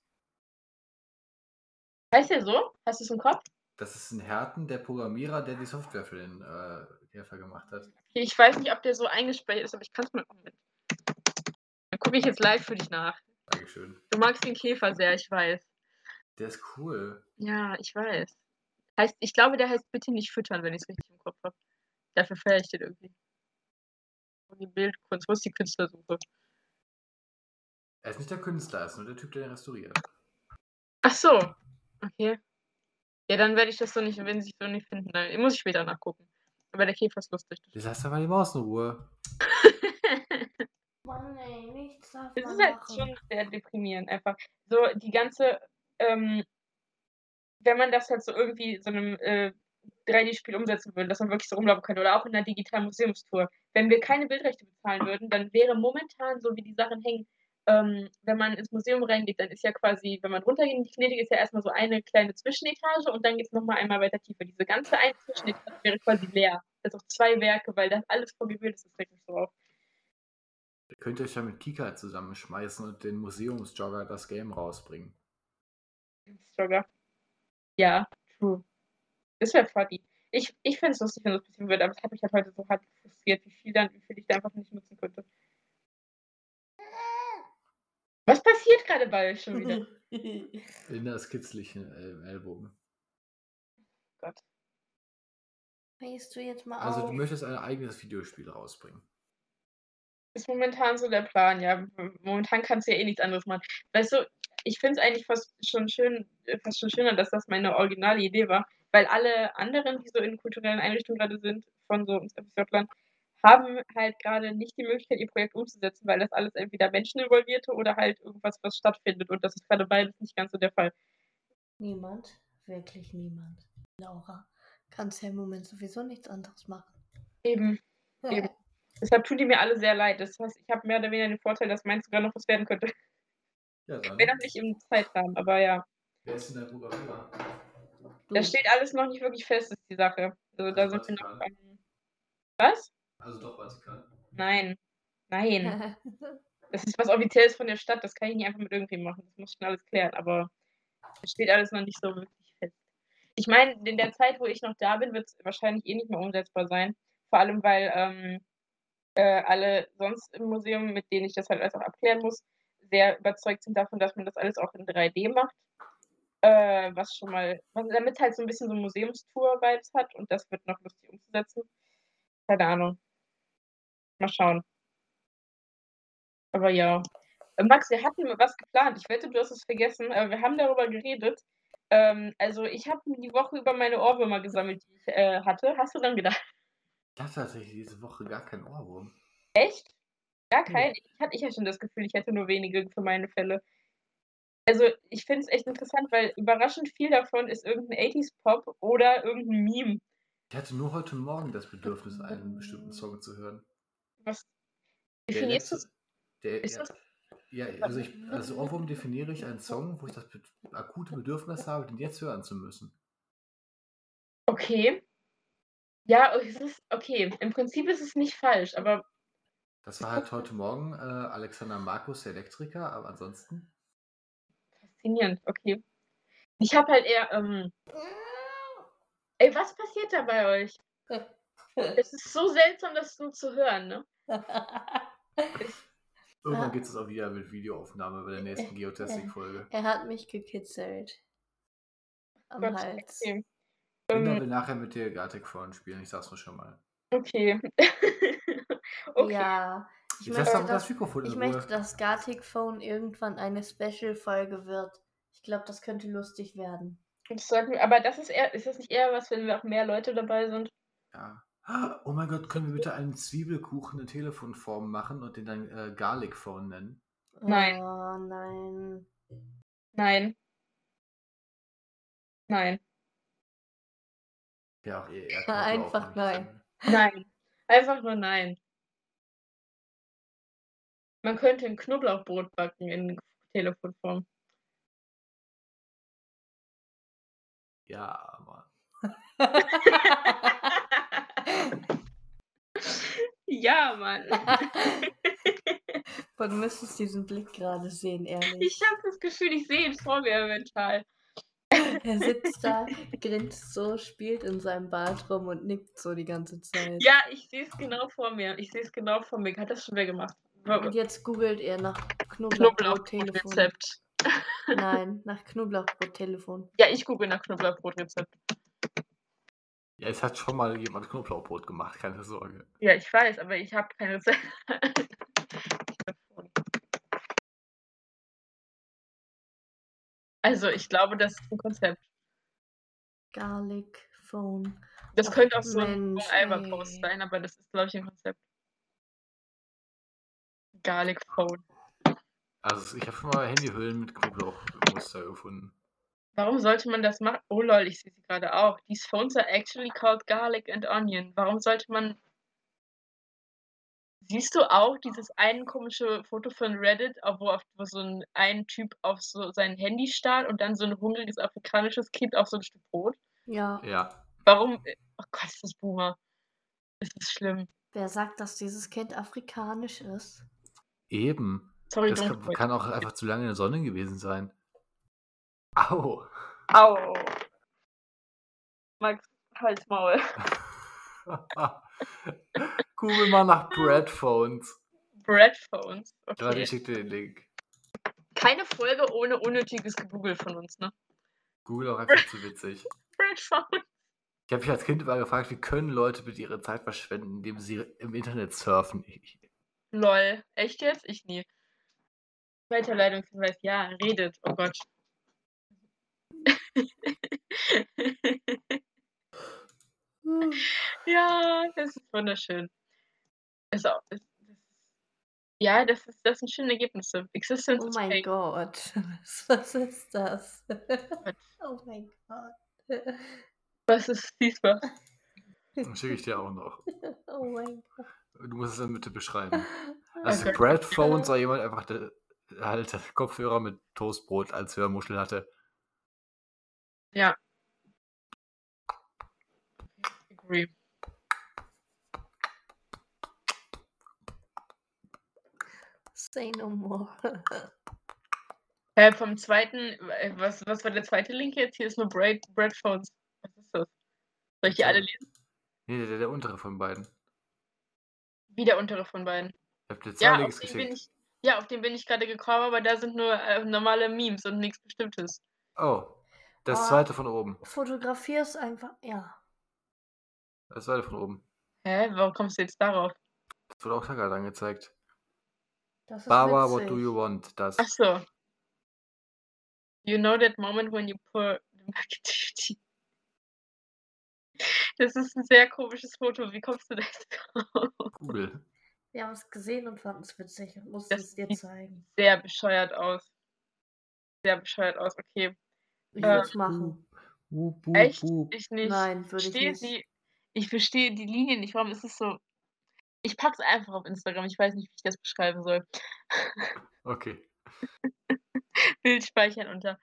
[SPEAKER 1] Heißt der so? Hast du es im Kopf?
[SPEAKER 2] Das ist ein Herten, der Programmierer, der die Software für den äh, Käfer gemacht hat.
[SPEAKER 1] Okay, Ich weiß nicht, ob der so eingespeichert ist, aber ich kann es mal. Moment. Dann gucke ich jetzt live für dich nach.
[SPEAKER 2] Dankeschön.
[SPEAKER 1] Du magst den Käfer sehr, ich weiß.
[SPEAKER 2] Der ist cool.
[SPEAKER 1] Ja, ich weiß. Heißt, ich glaube, der heißt bitte nicht füttern, wenn ich es richtig im Kopf habe. Dafür feiere ich den irgendwie. Und die Bildkunst, wo ist die Künstlersuche?
[SPEAKER 2] Er ist nicht der Künstler, er ist nur der Typ, der den restauriert.
[SPEAKER 1] Ach so. Okay. Ja, dann werde ich das so nicht, wenn sie es so nicht finden, dann muss ich später nachgucken. Aber der Käfer ist lustig.
[SPEAKER 2] Das heißt, da war die Maus in Ruhe.
[SPEAKER 3] Mann, ey, nichts darf
[SPEAKER 1] Das
[SPEAKER 3] man
[SPEAKER 1] ist halt
[SPEAKER 3] machen.
[SPEAKER 1] schon sehr deprimierend, einfach. So die ganze, ähm, wenn man das halt so irgendwie so einem äh, 3D-Spiel umsetzen würde, dass man wirklich so rumlaufen könnte oder auch in einer digitalen Museumstour. Wenn wir keine Bildrechte bezahlen würden, dann wäre momentan so, wie die Sachen hängen, ähm, wenn man ins Museum reingeht, dann ist ja quasi, wenn man runtergeht in die Kinetik, ist ja erstmal so eine kleine Zwischenetage und dann geht es nochmal einmal weiter tiefer. Diese ganze eine Zwischenetage wäre quasi leer. Das sind auch zwei Werke, weil das alles vorgebildet ist, das regt mich so auf.
[SPEAKER 2] Ihr könnt euch ja mit Kika zusammenschmeißen und den Museumsjogger das Game rausbringen.
[SPEAKER 1] Struggle. Ja, true. Das wäre funny. Ich, ich fände es lustig, wenn das passieren würde, aber es hat mich halt heute so hart frustriert, wie viel, dann, wie viel ich da einfach nicht nutzen könnte. Was passiert gerade bei euch schon wieder?
[SPEAKER 2] In das Kitzelchen äh, im Ellbogen.
[SPEAKER 1] Gott.
[SPEAKER 3] Weißt du jetzt mal
[SPEAKER 2] Also,
[SPEAKER 3] auf?
[SPEAKER 2] du möchtest ein eigenes Videospiel rausbringen.
[SPEAKER 1] Ist momentan so der Plan, ja. Momentan kannst du ja eh nichts anderes machen. Weißt du, ich finde es eigentlich fast schon schön, äh, fast schon schöner, dass das meine originale Idee war, weil alle anderen, die so in kulturellen Einrichtungen gerade sind, von so uns FSJlern, haben halt gerade nicht die Möglichkeit, ihr Projekt umzusetzen, weil das alles entweder Menschen involvierte oder halt irgendwas, was stattfindet. Und das ist gerade beides nicht ganz so der Fall.
[SPEAKER 3] Niemand, wirklich niemand. Laura, kannst ja im Moment sowieso nichts anderes machen.
[SPEAKER 1] Eben. Eben. Deshalb tun die mir alle sehr leid. Das heißt, ich habe mehr oder weniger den Vorteil, dass meins sogar noch was werden könnte.
[SPEAKER 2] Ja, dann.
[SPEAKER 1] Wenn auch nicht im Zeitrahmen, aber ja.
[SPEAKER 2] Wer ist denn der Programmierer?
[SPEAKER 3] Du,
[SPEAKER 1] Da steht alles noch nicht wirklich fest, ist die Sache. Also da
[SPEAKER 2] Also
[SPEAKER 1] sind wir noch.
[SPEAKER 2] Vatikan.
[SPEAKER 1] am- Was?
[SPEAKER 2] Also, doch Vatikan.
[SPEAKER 1] Nein. Nein. Das ist was Offizielles von der Stadt. Das kann ich nicht einfach mit irgendwem machen. Das muss ich schon alles klären. Aber es steht alles noch nicht so wirklich fest. Ich meine, in der Zeit, wo ich noch da bin, wird es wahrscheinlich eh nicht mehr umsetzbar sein. Vor allem, weil ähm, äh, alle sonst im Museum, mit denen ich das halt alles auch abklären muss, sehr überzeugt sind davon, dass man das alles auch in 3D macht. Äh, was schon mal, was- damit es halt so ein bisschen so Museumstour-Vibes hat und das wird noch lustig umzusetzen. Keine Ahnung. Mal schauen. Aber ja. Äh, Max, wir hatten was geplant. Ich wette, du hast es vergessen, aber wir haben darüber geredet. Ähm, also ich habe die Woche über meine Ohrwürmer gesammelt, die ich äh, hatte. Hast du dann gedacht,
[SPEAKER 2] Ich hatte tatsächlich diese Woche gar keinen Ohrwurm.
[SPEAKER 1] echt? Gar kein. Ich hatte ich ja schon das Gefühl, ich hätte nur wenige für meine Fälle. Also ich finde es echt interessant, weil überraschend viel davon ist irgendein 80s-Pop oder irgendein Meme.
[SPEAKER 2] Ich hatte nur heute Morgen das Bedürfnis, einen bestimmten Song zu hören.
[SPEAKER 1] Was
[SPEAKER 2] Der
[SPEAKER 1] definierst du?
[SPEAKER 2] letzte- Der,
[SPEAKER 1] Ist
[SPEAKER 2] ja, ja, also, ich, also Ohrwurm definiere ich einen Song, wo ich das be akute Bedürfnis habe, den jetzt hören zu müssen.
[SPEAKER 1] Okay. Ja, es ist okay. Im Prinzip ist es nicht falsch, aber
[SPEAKER 2] Das war halt heute Morgen äh, Alexander Markus, der Elektriker, aber ansonsten.
[SPEAKER 1] faszinierend. Okay. Ich habe halt eher. Ähm, ey, was passiert da bei euch? Es ist so seltsam, das so zu hören, ne?
[SPEAKER 2] Irgendwann
[SPEAKER 3] Ah.
[SPEAKER 2] geht es auch wieder mit Videoaufnahme bei der nächsten
[SPEAKER 3] Äh,
[SPEAKER 2] Geotastic-Folge.
[SPEAKER 3] er hat mich gekitzelt. Am
[SPEAKER 1] Gott,
[SPEAKER 3] Hals.
[SPEAKER 1] okay.
[SPEAKER 2] Linda
[SPEAKER 3] äh.
[SPEAKER 1] Ähm,
[SPEAKER 3] Mhm.
[SPEAKER 2] will nachher mit dir Gartic Front spielen, ich sag's nur schon mal.
[SPEAKER 1] okay. okay.
[SPEAKER 3] Ja. Ich
[SPEAKER 2] Ich lass doch
[SPEAKER 3] möchte,
[SPEAKER 2] mal
[SPEAKER 3] dass,
[SPEAKER 2] das Mikrofon
[SPEAKER 3] ich
[SPEAKER 2] in
[SPEAKER 3] möchte,
[SPEAKER 2] Ruhe.
[SPEAKER 3] dass Gartic Phone irgendwann eine Special-Folge wird. Ich glaube, das könnte lustig werden.
[SPEAKER 1] Das sollten, wir- aber das ist eher, ist das nicht eher was, wenn wir auch mehr Leute dabei sind?
[SPEAKER 2] Ja. Ah, Oh mein Gott, können wir bitte einen Zwiebelkuchen in Telefonform machen und den dann äh, Garlic Phone nennen?
[SPEAKER 1] Nein.
[SPEAKER 3] Oh nein.
[SPEAKER 1] Nein. Nein.
[SPEAKER 2] Ja, auch eher.
[SPEAKER 3] Einfach nein.
[SPEAKER 1] Nein. Einfach nur nein. Man könnte ein Knoblauchbrot backen in Telefonform.
[SPEAKER 2] Ja, aber.
[SPEAKER 1] ja, Mann.
[SPEAKER 3] Man müsstest diesen Blick gerade sehen, ehrlich.
[SPEAKER 1] Ich habe das Gefühl, ich sehe ihn vor mir mental.
[SPEAKER 3] Er sitzt da, grinst so, spielt in seinem Bad rum und nickt so die ganze Zeit.
[SPEAKER 1] Ja, ich sehe es genau vor mir. Ich sehe es genau vor mir. Hat das schon wer gemacht?
[SPEAKER 3] Und jetzt googelt er nach Knoblauchbrot-Telefon.
[SPEAKER 1] Knoblauchbrotrezept.
[SPEAKER 3] Nein, nach Knoblauchbrot-Telefon.
[SPEAKER 1] Ja, ich google nach Knoblauchbrotrezept.
[SPEAKER 2] Ja, es hat schon mal jemand Knoblauchbrot gemacht, keine Sorge.
[SPEAKER 1] Ja, ich weiß, aber ich habe kein Rezept. Also, ich glaube, das ist ein Konzept.
[SPEAKER 3] Garlic Phone.
[SPEAKER 1] Das
[SPEAKER 3] Ach,
[SPEAKER 1] könnte auch so ein
[SPEAKER 3] Mensch,
[SPEAKER 1] Alba-Post
[SPEAKER 3] ey.
[SPEAKER 1] sein, aber das ist, glaube ich, ein Konzept. Garlic Phone.
[SPEAKER 2] Also ich habe schon mal Handyhüllen mit Knoblauchmuster gefunden.
[SPEAKER 1] Warum sollte man das machen? Oh lol, ich sehe sie gerade auch. These phones are actually called garlic and onion. Warum sollte man. Siehst du auch dieses eine komische Foto von Reddit, auf- wo, auf, wo so ein, ein Typ auf so sein Handy starrt und dann so ein hungriges afrikanisches Kind auf so ein Stück Brot?
[SPEAKER 3] Ja,
[SPEAKER 2] Ja.
[SPEAKER 1] Warum? Oh Gott, ist das Boomer. Das ist schlimm.
[SPEAKER 3] wer sagt, dass dieses Kind afrikanisch ist?
[SPEAKER 2] Eben.
[SPEAKER 1] Sorry,
[SPEAKER 2] Das kann,
[SPEAKER 1] don't
[SPEAKER 2] kann auch einfach zu lange in der Sonne gewesen sein. Au.
[SPEAKER 1] Au. Max, halt's Maul.
[SPEAKER 2] Google mal nach Breadphones.
[SPEAKER 1] Breadphones.
[SPEAKER 2] Gerade
[SPEAKER 1] Okay.
[SPEAKER 2] ich schicke dir den Link.
[SPEAKER 1] Keine Folge ohne unnötiges Gegoogel von uns, ne?
[SPEAKER 2] Google auch einfach zu witzig.
[SPEAKER 1] Breadphones.
[SPEAKER 2] Ich habe mich als Kind immer gefragt, wie können Leute bitte ihre Zeit verschwenden, indem sie im Internet surfen? Ich,
[SPEAKER 1] Lol. Echt jetzt? Ich nie. Weiterleitungshinweis. Ja, redet. Oh Gott.
[SPEAKER 3] Hm.
[SPEAKER 1] ja, das ist wunderschön. Ist auch, ist, das ist, ja, das, ist, das sind schöne Ergebnisse. Existence
[SPEAKER 3] Oh
[SPEAKER 1] is
[SPEAKER 3] mein
[SPEAKER 1] fake.
[SPEAKER 3] Gott. Was ist das? oh mein Gott.
[SPEAKER 1] Was ist diesmal?
[SPEAKER 2] dann schicke ich dir auch noch.
[SPEAKER 3] Oh mein
[SPEAKER 2] Du musst es dann bitte beschreiben.
[SPEAKER 3] Gott.
[SPEAKER 2] Also
[SPEAKER 1] Okay.
[SPEAKER 2] Breadphone sei jemand einfach der halt Kopfhörer mit Toastbrot als Hörmuschel hatte.
[SPEAKER 1] Agree.
[SPEAKER 3] Say no more.
[SPEAKER 1] Äh, vom zweiten, äh, was, was war der zweite Link jetzt? Hier ist nur Bread, Breadphones. Was ist das? Soll ich die alle lesen?
[SPEAKER 2] Nee, der, der untere von beiden.
[SPEAKER 1] Wie der untere von beiden.
[SPEAKER 2] Ich habe dir zwei
[SPEAKER 1] Ja, auf
[SPEAKER 2] Links
[SPEAKER 1] den, bin
[SPEAKER 2] geschickt.
[SPEAKER 1] ich, ja, auf den bin ich gerade gekommen, aber da sind nur äh, normale Memes und nichts Bestimmtes.
[SPEAKER 2] Oh, das
[SPEAKER 3] Ah.
[SPEAKER 2] zweite von oben.
[SPEAKER 3] Fotografier ist einfach. Ja.
[SPEAKER 2] Das zweite von oben.
[SPEAKER 1] Hä? Warum kommst du jetzt darauf?
[SPEAKER 2] Das wurde auch Taggart angezeigt.
[SPEAKER 3] Das ist
[SPEAKER 2] Baba, what
[SPEAKER 3] witzig.
[SPEAKER 2] do you want? Das.
[SPEAKER 1] Ach so. You know that moment when you pull the negativity. Das ist ein sehr komisches Foto. Wie kommst du da jetzt drauf?
[SPEAKER 2] Google.
[SPEAKER 3] Wir haben es gesehen und fanden es witzig und mussten
[SPEAKER 1] Das
[SPEAKER 3] es dir
[SPEAKER 1] sieht-
[SPEAKER 3] zeigen.
[SPEAKER 1] Sehr bescheuert aus. Sehr bescheuert aus. Okay.
[SPEAKER 3] Ich
[SPEAKER 1] Äh,
[SPEAKER 3] würde es machen.
[SPEAKER 5] Wup, wup,
[SPEAKER 1] Echt?
[SPEAKER 5] wup.
[SPEAKER 1] Ich nicht.
[SPEAKER 3] Nein, würde ich
[SPEAKER 1] verstehe
[SPEAKER 3] nicht.
[SPEAKER 1] die, ich verstehe die Linie nicht. Warum ist es so? Ich pack's einfach auf Instagram. Ich weiß nicht, wie ich das beschreiben soll.
[SPEAKER 2] Okay.
[SPEAKER 1] Bild speichern unter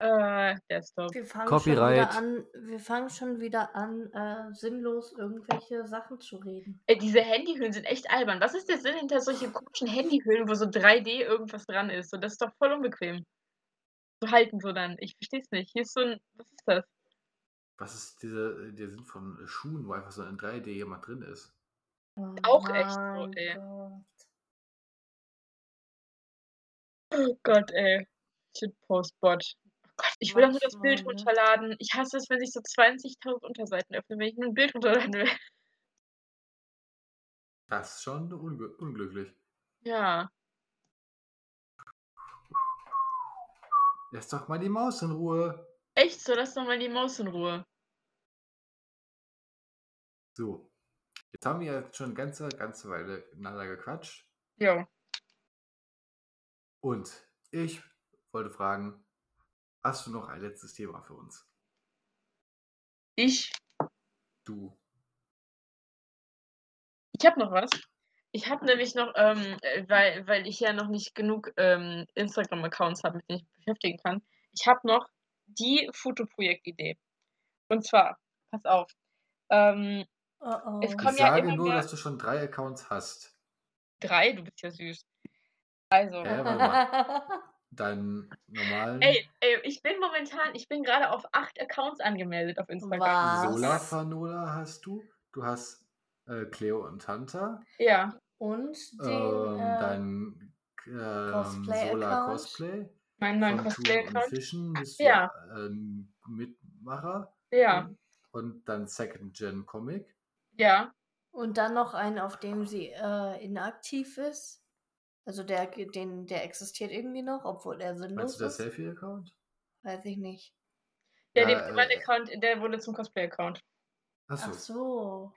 [SPEAKER 1] äh, Desktop.
[SPEAKER 3] Wir fangen
[SPEAKER 2] Copyright.
[SPEAKER 3] schon wieder an, wir fangen schon wieder an äh, sinnlos irgendwelche Sachen zu reden.
[SPEAKER 1] Ey, diese Handyhüllen sind echt albern. Was ist der Sinn hinter solchen komischen Handyhüllen, wo so 3D irgendwas dran ist? So, das ist doch voll unbequem. Zu halten so dann. Ich versteh's nicht. Hier ist so ein. Was ist das?
[SPEAKER 2] Was ist diese, der Sinn von äh, Schuhen, wo einfach so in 3D jemand drin ist?
[SPEAKER 3] Oh
[SPEAKER 1] Auch echt so,
[SPEAKER 3] mein
[SPEAKER 1] ey.
[SPEAKER 3] Gott.
[SPEAKER 1] Oh Gott, ey. Shitpostbot. Oh Gott, ich will doch nur das Bild
[SPEAKER 3] Manchmal, ne?
[SPEAKER 1] runterladen. Ich hasse es, wenn sich so 20.000 Unterseiten öffnen, wenn ich nur ein Bild runterladen will.
[SPEAKER 2] Das ist schon ungl unglücklich.
[SPEAKER 1] Ja.
[SPEAKER 2] Lass doch mal die Maus in Ruhe.
[SPEAKER 1] Echt so, lass doch mal die Maus in Ruhe.
[SPEAKER 2] So. Jetzt haben wir ja schon eine ganze, ganze Weile miteinander gequatscht.
[SPEAKER 1] Jo.
[SPEAKER 2] Und ich wollte fragen, hast du noch ein letztes Thema für uns?
[SPEAKER 1] Ich
[SPEAKER 2] Du.
[SPEAKER 1] Ich habe noch was. Ich habe nämlich noch, ähm, äh, weil, weil ich ja noch nicht genug ähm, Instagram-Accounts habe, mit denen ich mich beschäftigen kann. Ich habe noch die Fotoprojektidee. Und zwar, pass auf, ähm,
[SPEAKER 3] Oh, oh.
[SPEAKER 1] Es
[SPEAKER 2] Ich
[SPEAKER 1] kommt- Komm ja
[SPEAKER 2] sage
[SPEAKER 1] immer
[SPEAKER 2] nur,
[SPEAKER 1] mehr-
[SPEAKER 2] dass du schon drei Accounts hast.
[SPEAKER 1] drei, du bist ja süß. Also,
[SPEAKER 2] Hä? warte Deinen normalen
[SPEAKER 1] ey, ey, ich bin momentan, ich bin gerade auf acht Accounts angemeldet auf Instagram.
[SPEAKER 3] Was?
[SPEAKER 2] Sola Fanola hast du. Du hast äh, Cleo und Tanta.
[SPEAKER 1] Ja,
[SPEAKER 3] Und den,
[SPEAKER 2] ähm,
[SPEAKER 3] äh,
[SPEAKER 2] dein ähm,
[SPEAKER 3] Cosplay-Account.
[SPEAKER 2] Sola Cosplay.
[SPEAKER 1] mein
[SPEAKER 2] Von
[SPEAKER 1] neuen
[SPEAKER 2] Cosplay und
[SPEAKER 1] Cosplay-Account.
[SPEAKER 2] Fischen bist
[SPEAKER 1] Ja.
[SPEAKER 2] du ähm, Mitmacher.
[SPEAKER 1] Ja,
[SPEAKER 2] Und dann Second Gen Comic.
[SPEAKER 1] ja.
[SPEAKER 3] und dann noch einen, auf dem sie äh, inaktiv ist. Also der, den, der existiert irgendwie noch, obwohl er
[SPEAKER 2] Meinst
[SPEAKER 3] sinnlos
[SPEAKER 2] du das
[SPEAKER 3] ist.
[SPEAKER 2] Selfie-Account?
[SPEAKER 3] Weiß ich nicht.
[SPEAKER 1] Der
[SPEAKER 2] Ja,
[SPEAKER 1] ja,
[SPEAKER 2] äh,
[SPEAKER 1] Account, der wurde zum Cosplay-Account.
[SPEAKER 2] Achso.
[SPEAKER 3] Ach so.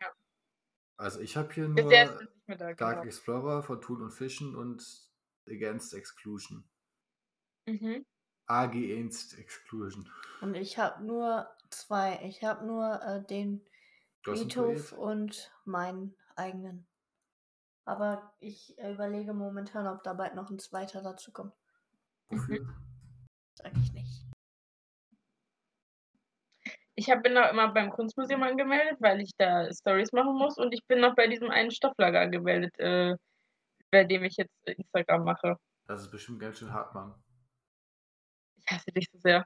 [SPEAKER 2] Also ich habe hier nur
[SPEAKER 1] Der ist nicht mehr da.
[SPEAKER 2] Dark
[SPEAKER 1] Genau.
[SPEAKER 2] Explorer von Thun und Fischen und Against Exclusion.
[SPEAKER 1] Mhm.
[SPEAKER 2] Against Exclusion.
[SPEAKER 3] Und ich habe nur zwei. Ich habe nur äh, den
[SPEAKER 2] Du hast einen
[SPEAKER 3] Friedhof
[SPEAKER 2] Poet?
[SPEAKER 3] und meinen eigenen. Aber ich äh, überlege momentan, ob da bald noch ein zweiter dazu kommt.
[SPEAKER 2] Wofür?
[SPEAKER 3] Sag ich nicht.
[SPEAKER 1] Ich hab, bin noch immer beim Kunstmuseum angemeldet, weil ich da Stories machen muss. Und ich bin noch bei diesem einen Stofflager angemeldet, äh, bei dem ich jetzt Instagram mache.
[SPEAKER 2] Das ist bestimmt ganz schön hart, Mann.
[SPEAKER 1] Ich hasse dich so sehr.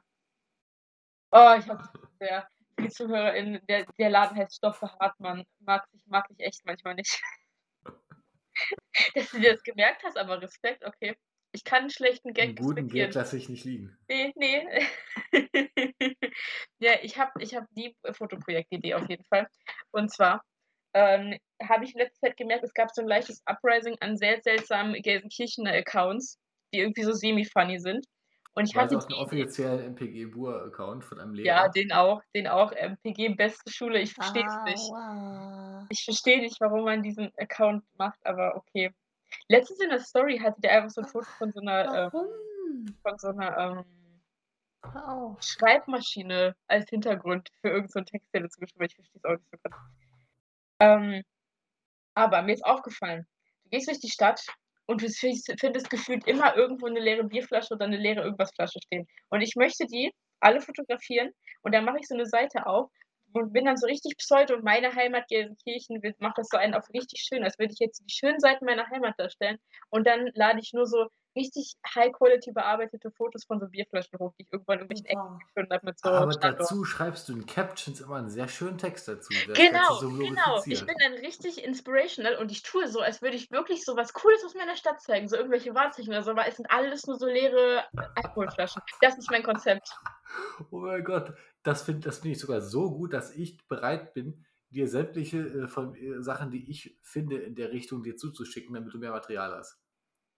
[SPEAKER 1] Oh, ich hasse dich so sehr. Die ZuhörerInnen, der, der Laden heißt Stoffe Hartmann. Mag ich, mag ich echt manchmal nicht. Dass du dir das gemerkt hast, aber Respekt, okay. Ich kann einen schlechten Gag
[SPEAKER 2] Einen guten
[SPEAKER 1] respektieren.
[SPEAKER 2] Gag lasse ich nicht liegen.
[SPEAKER 1] Nee, nee. ja, ich habe ich hab die Fotoprojektidee auf jeden Fall. Und zwar ähm, habe ich in letzter Zeit gemerkt, es gab so ein leichtes Uprising an sehr seltsamen Gelsenkirchener Accounts, die irgendwie so semi-funny sind. Und ich
[SPEAKER 2] Ich weiß
[SPEAKER 1] hatte
[SPEAKER 2] auch den offiziellen MPG Bur Account von einem Lehrer.
[SPEAKER 1] ja, den auch, den auch, ähm, PG beste Schule, ich verstehe
[SPEAKER 3] Ah,
[SPEAKER 1] es nicht.
[SPEAKER 3] Aua.
[SPEAKER 1] Ich verstehe nicht, warum man diesen Account macht, aber okay. Letztens in der Story hatte der einfach so ein Foto von so einer, äh,
[SPEAKER 3] Warum?
[SPEAKER 1] von so einer, ähm,
[SPEAKER 3] Hör auf.
[SPEAKER 1] Schreibmaschine als Hintergrund für irgendeinen Text, der dazu geschrieben wird. Ich verstehe es auch nicht so ganz. Ähm, aber mir ist aufgefallen, du gehst durch die Stadt und du findest findest gefühlt immer irgendwo eine leere Bierflasche oder eine leere irgendwasflasche stehen. Und ich möchte die alle fotografieren und dann mache ich so eine Seite auf und bin dann so richtig pseudo und meine Heimat Gelsenkirchen macht das so einen auf richtig schön, als würde ich jetzt die schönen Seiten meiner Heimat darstellen und dann lade ich nur so richtig high-quality bearbeitete Fotos von so Bierflaschen hoch, die ich irgendwann in irgendwelchen Ecken
[SPEAKER 3] Super.
[SPEAKER 1] gefunden habe mit so
[SPEAKER 2] Aber
[SPEAKER 1] Standorten.
[SPEAKER 2] dazu schreibst du in Captions immer einen sehr schönen Text dazu. Das
[SPEAKER 1] Genau,
[SPEAKER 2] Ganze so
[SPEAKER 1] genau. Ich
[SPEAKER 2] glorifiziert.
[SPEAKER 1] bin dann richtig inspirational und ich tue so, als würde ich wirklich so was Cooles aus meiner Stadt zeigen, so irgendwelche Wahrzeichen oder so, aber es sind alles nur so leere Alkoholflaschen. Das ist mein Konzept.
[SPEAKER 2] Oh mein Gott, das finde das find ich sogar so gut, dass ich bereit bin, dir sämtliche äh, von, äh, Sachen, die ich finde, in der Richtung dir zuzuschicken, damit du mehr Material hast.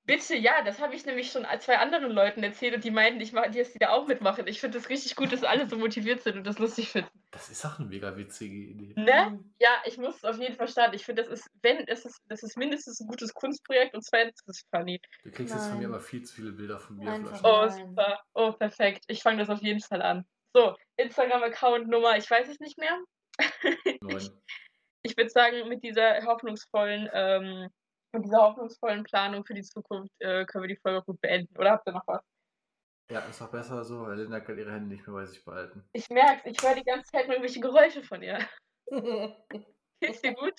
[SPEAKER 1] Bitte, ja, das habe ich nämlich schon zwei anderen Leuten erzählt und die meinten, ich mache, dass die da auch mitmachen. Ich finde es richtig gut, dass alle so motiviert sind und das lustig finden.
[SPEAKER 2] Das ist auch eine mega witzige Idee.
[SPEAKER 3] Mhm.
[SPEAKER 1] Ne? Ja, ich muss es auf jeden Fall starten. Ich finde, das ist, wenn, es ist, das ist mindestens ein gutes Kunstprojekt und zweitens ist es funny.
[SPEAKER 2] Du kriegst jetzt von mir
[SPEAKER 3] Nein.
[SPEAKER 2] immer viel zu viele Bilder von mir.
[SPEAKER 3] Einfach.
[SPEAKER 2] Flaschen.
[SPEAKER 1] Oh,
[SPEAKER 3] Nein.
[SPEAKER 1] super. Oh, perfekt. Ich fange das auf jeden Fall an. So, Instagram-Account-Nummer, ich weiß es nicht mehr.
[SPEAKER 2] Neun.
[SPEAKER 1] Ich würde sagen, mit dieser hoffnungsvollen, ähm, mit dieser hoffnungsvollen Planung für die Zukunft äh, können wir die Folge gut beenden. Oder habt ihr noch was?
[SPEAKER 2] Ja, ist doch besser so, weil Linda kann ihre Hände nicht mehr bei sich behalten.
[SPEAKER 1] Ich merk's, ich höre die ganze Zeit nur irgendwelche Geräusche von ihr.
[SPEAKER 3] Hm.
[SPEAKER 1] Geht's dir gut?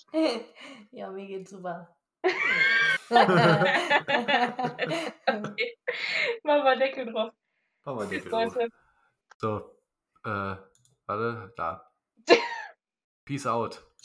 [SPEAKER 3] ja, mir geht's super.
[SPEAKER 1] Okay. Mach mal Deckel drauf.
[SPEAKER 2] Machen wir
[SPEAKER 1] Tschüss,
[SPEAKER 2] Deckel hoch.
[SPEAKER 1] Leute.
[SPEAKER 2] So, äh, warte, da. Peace out.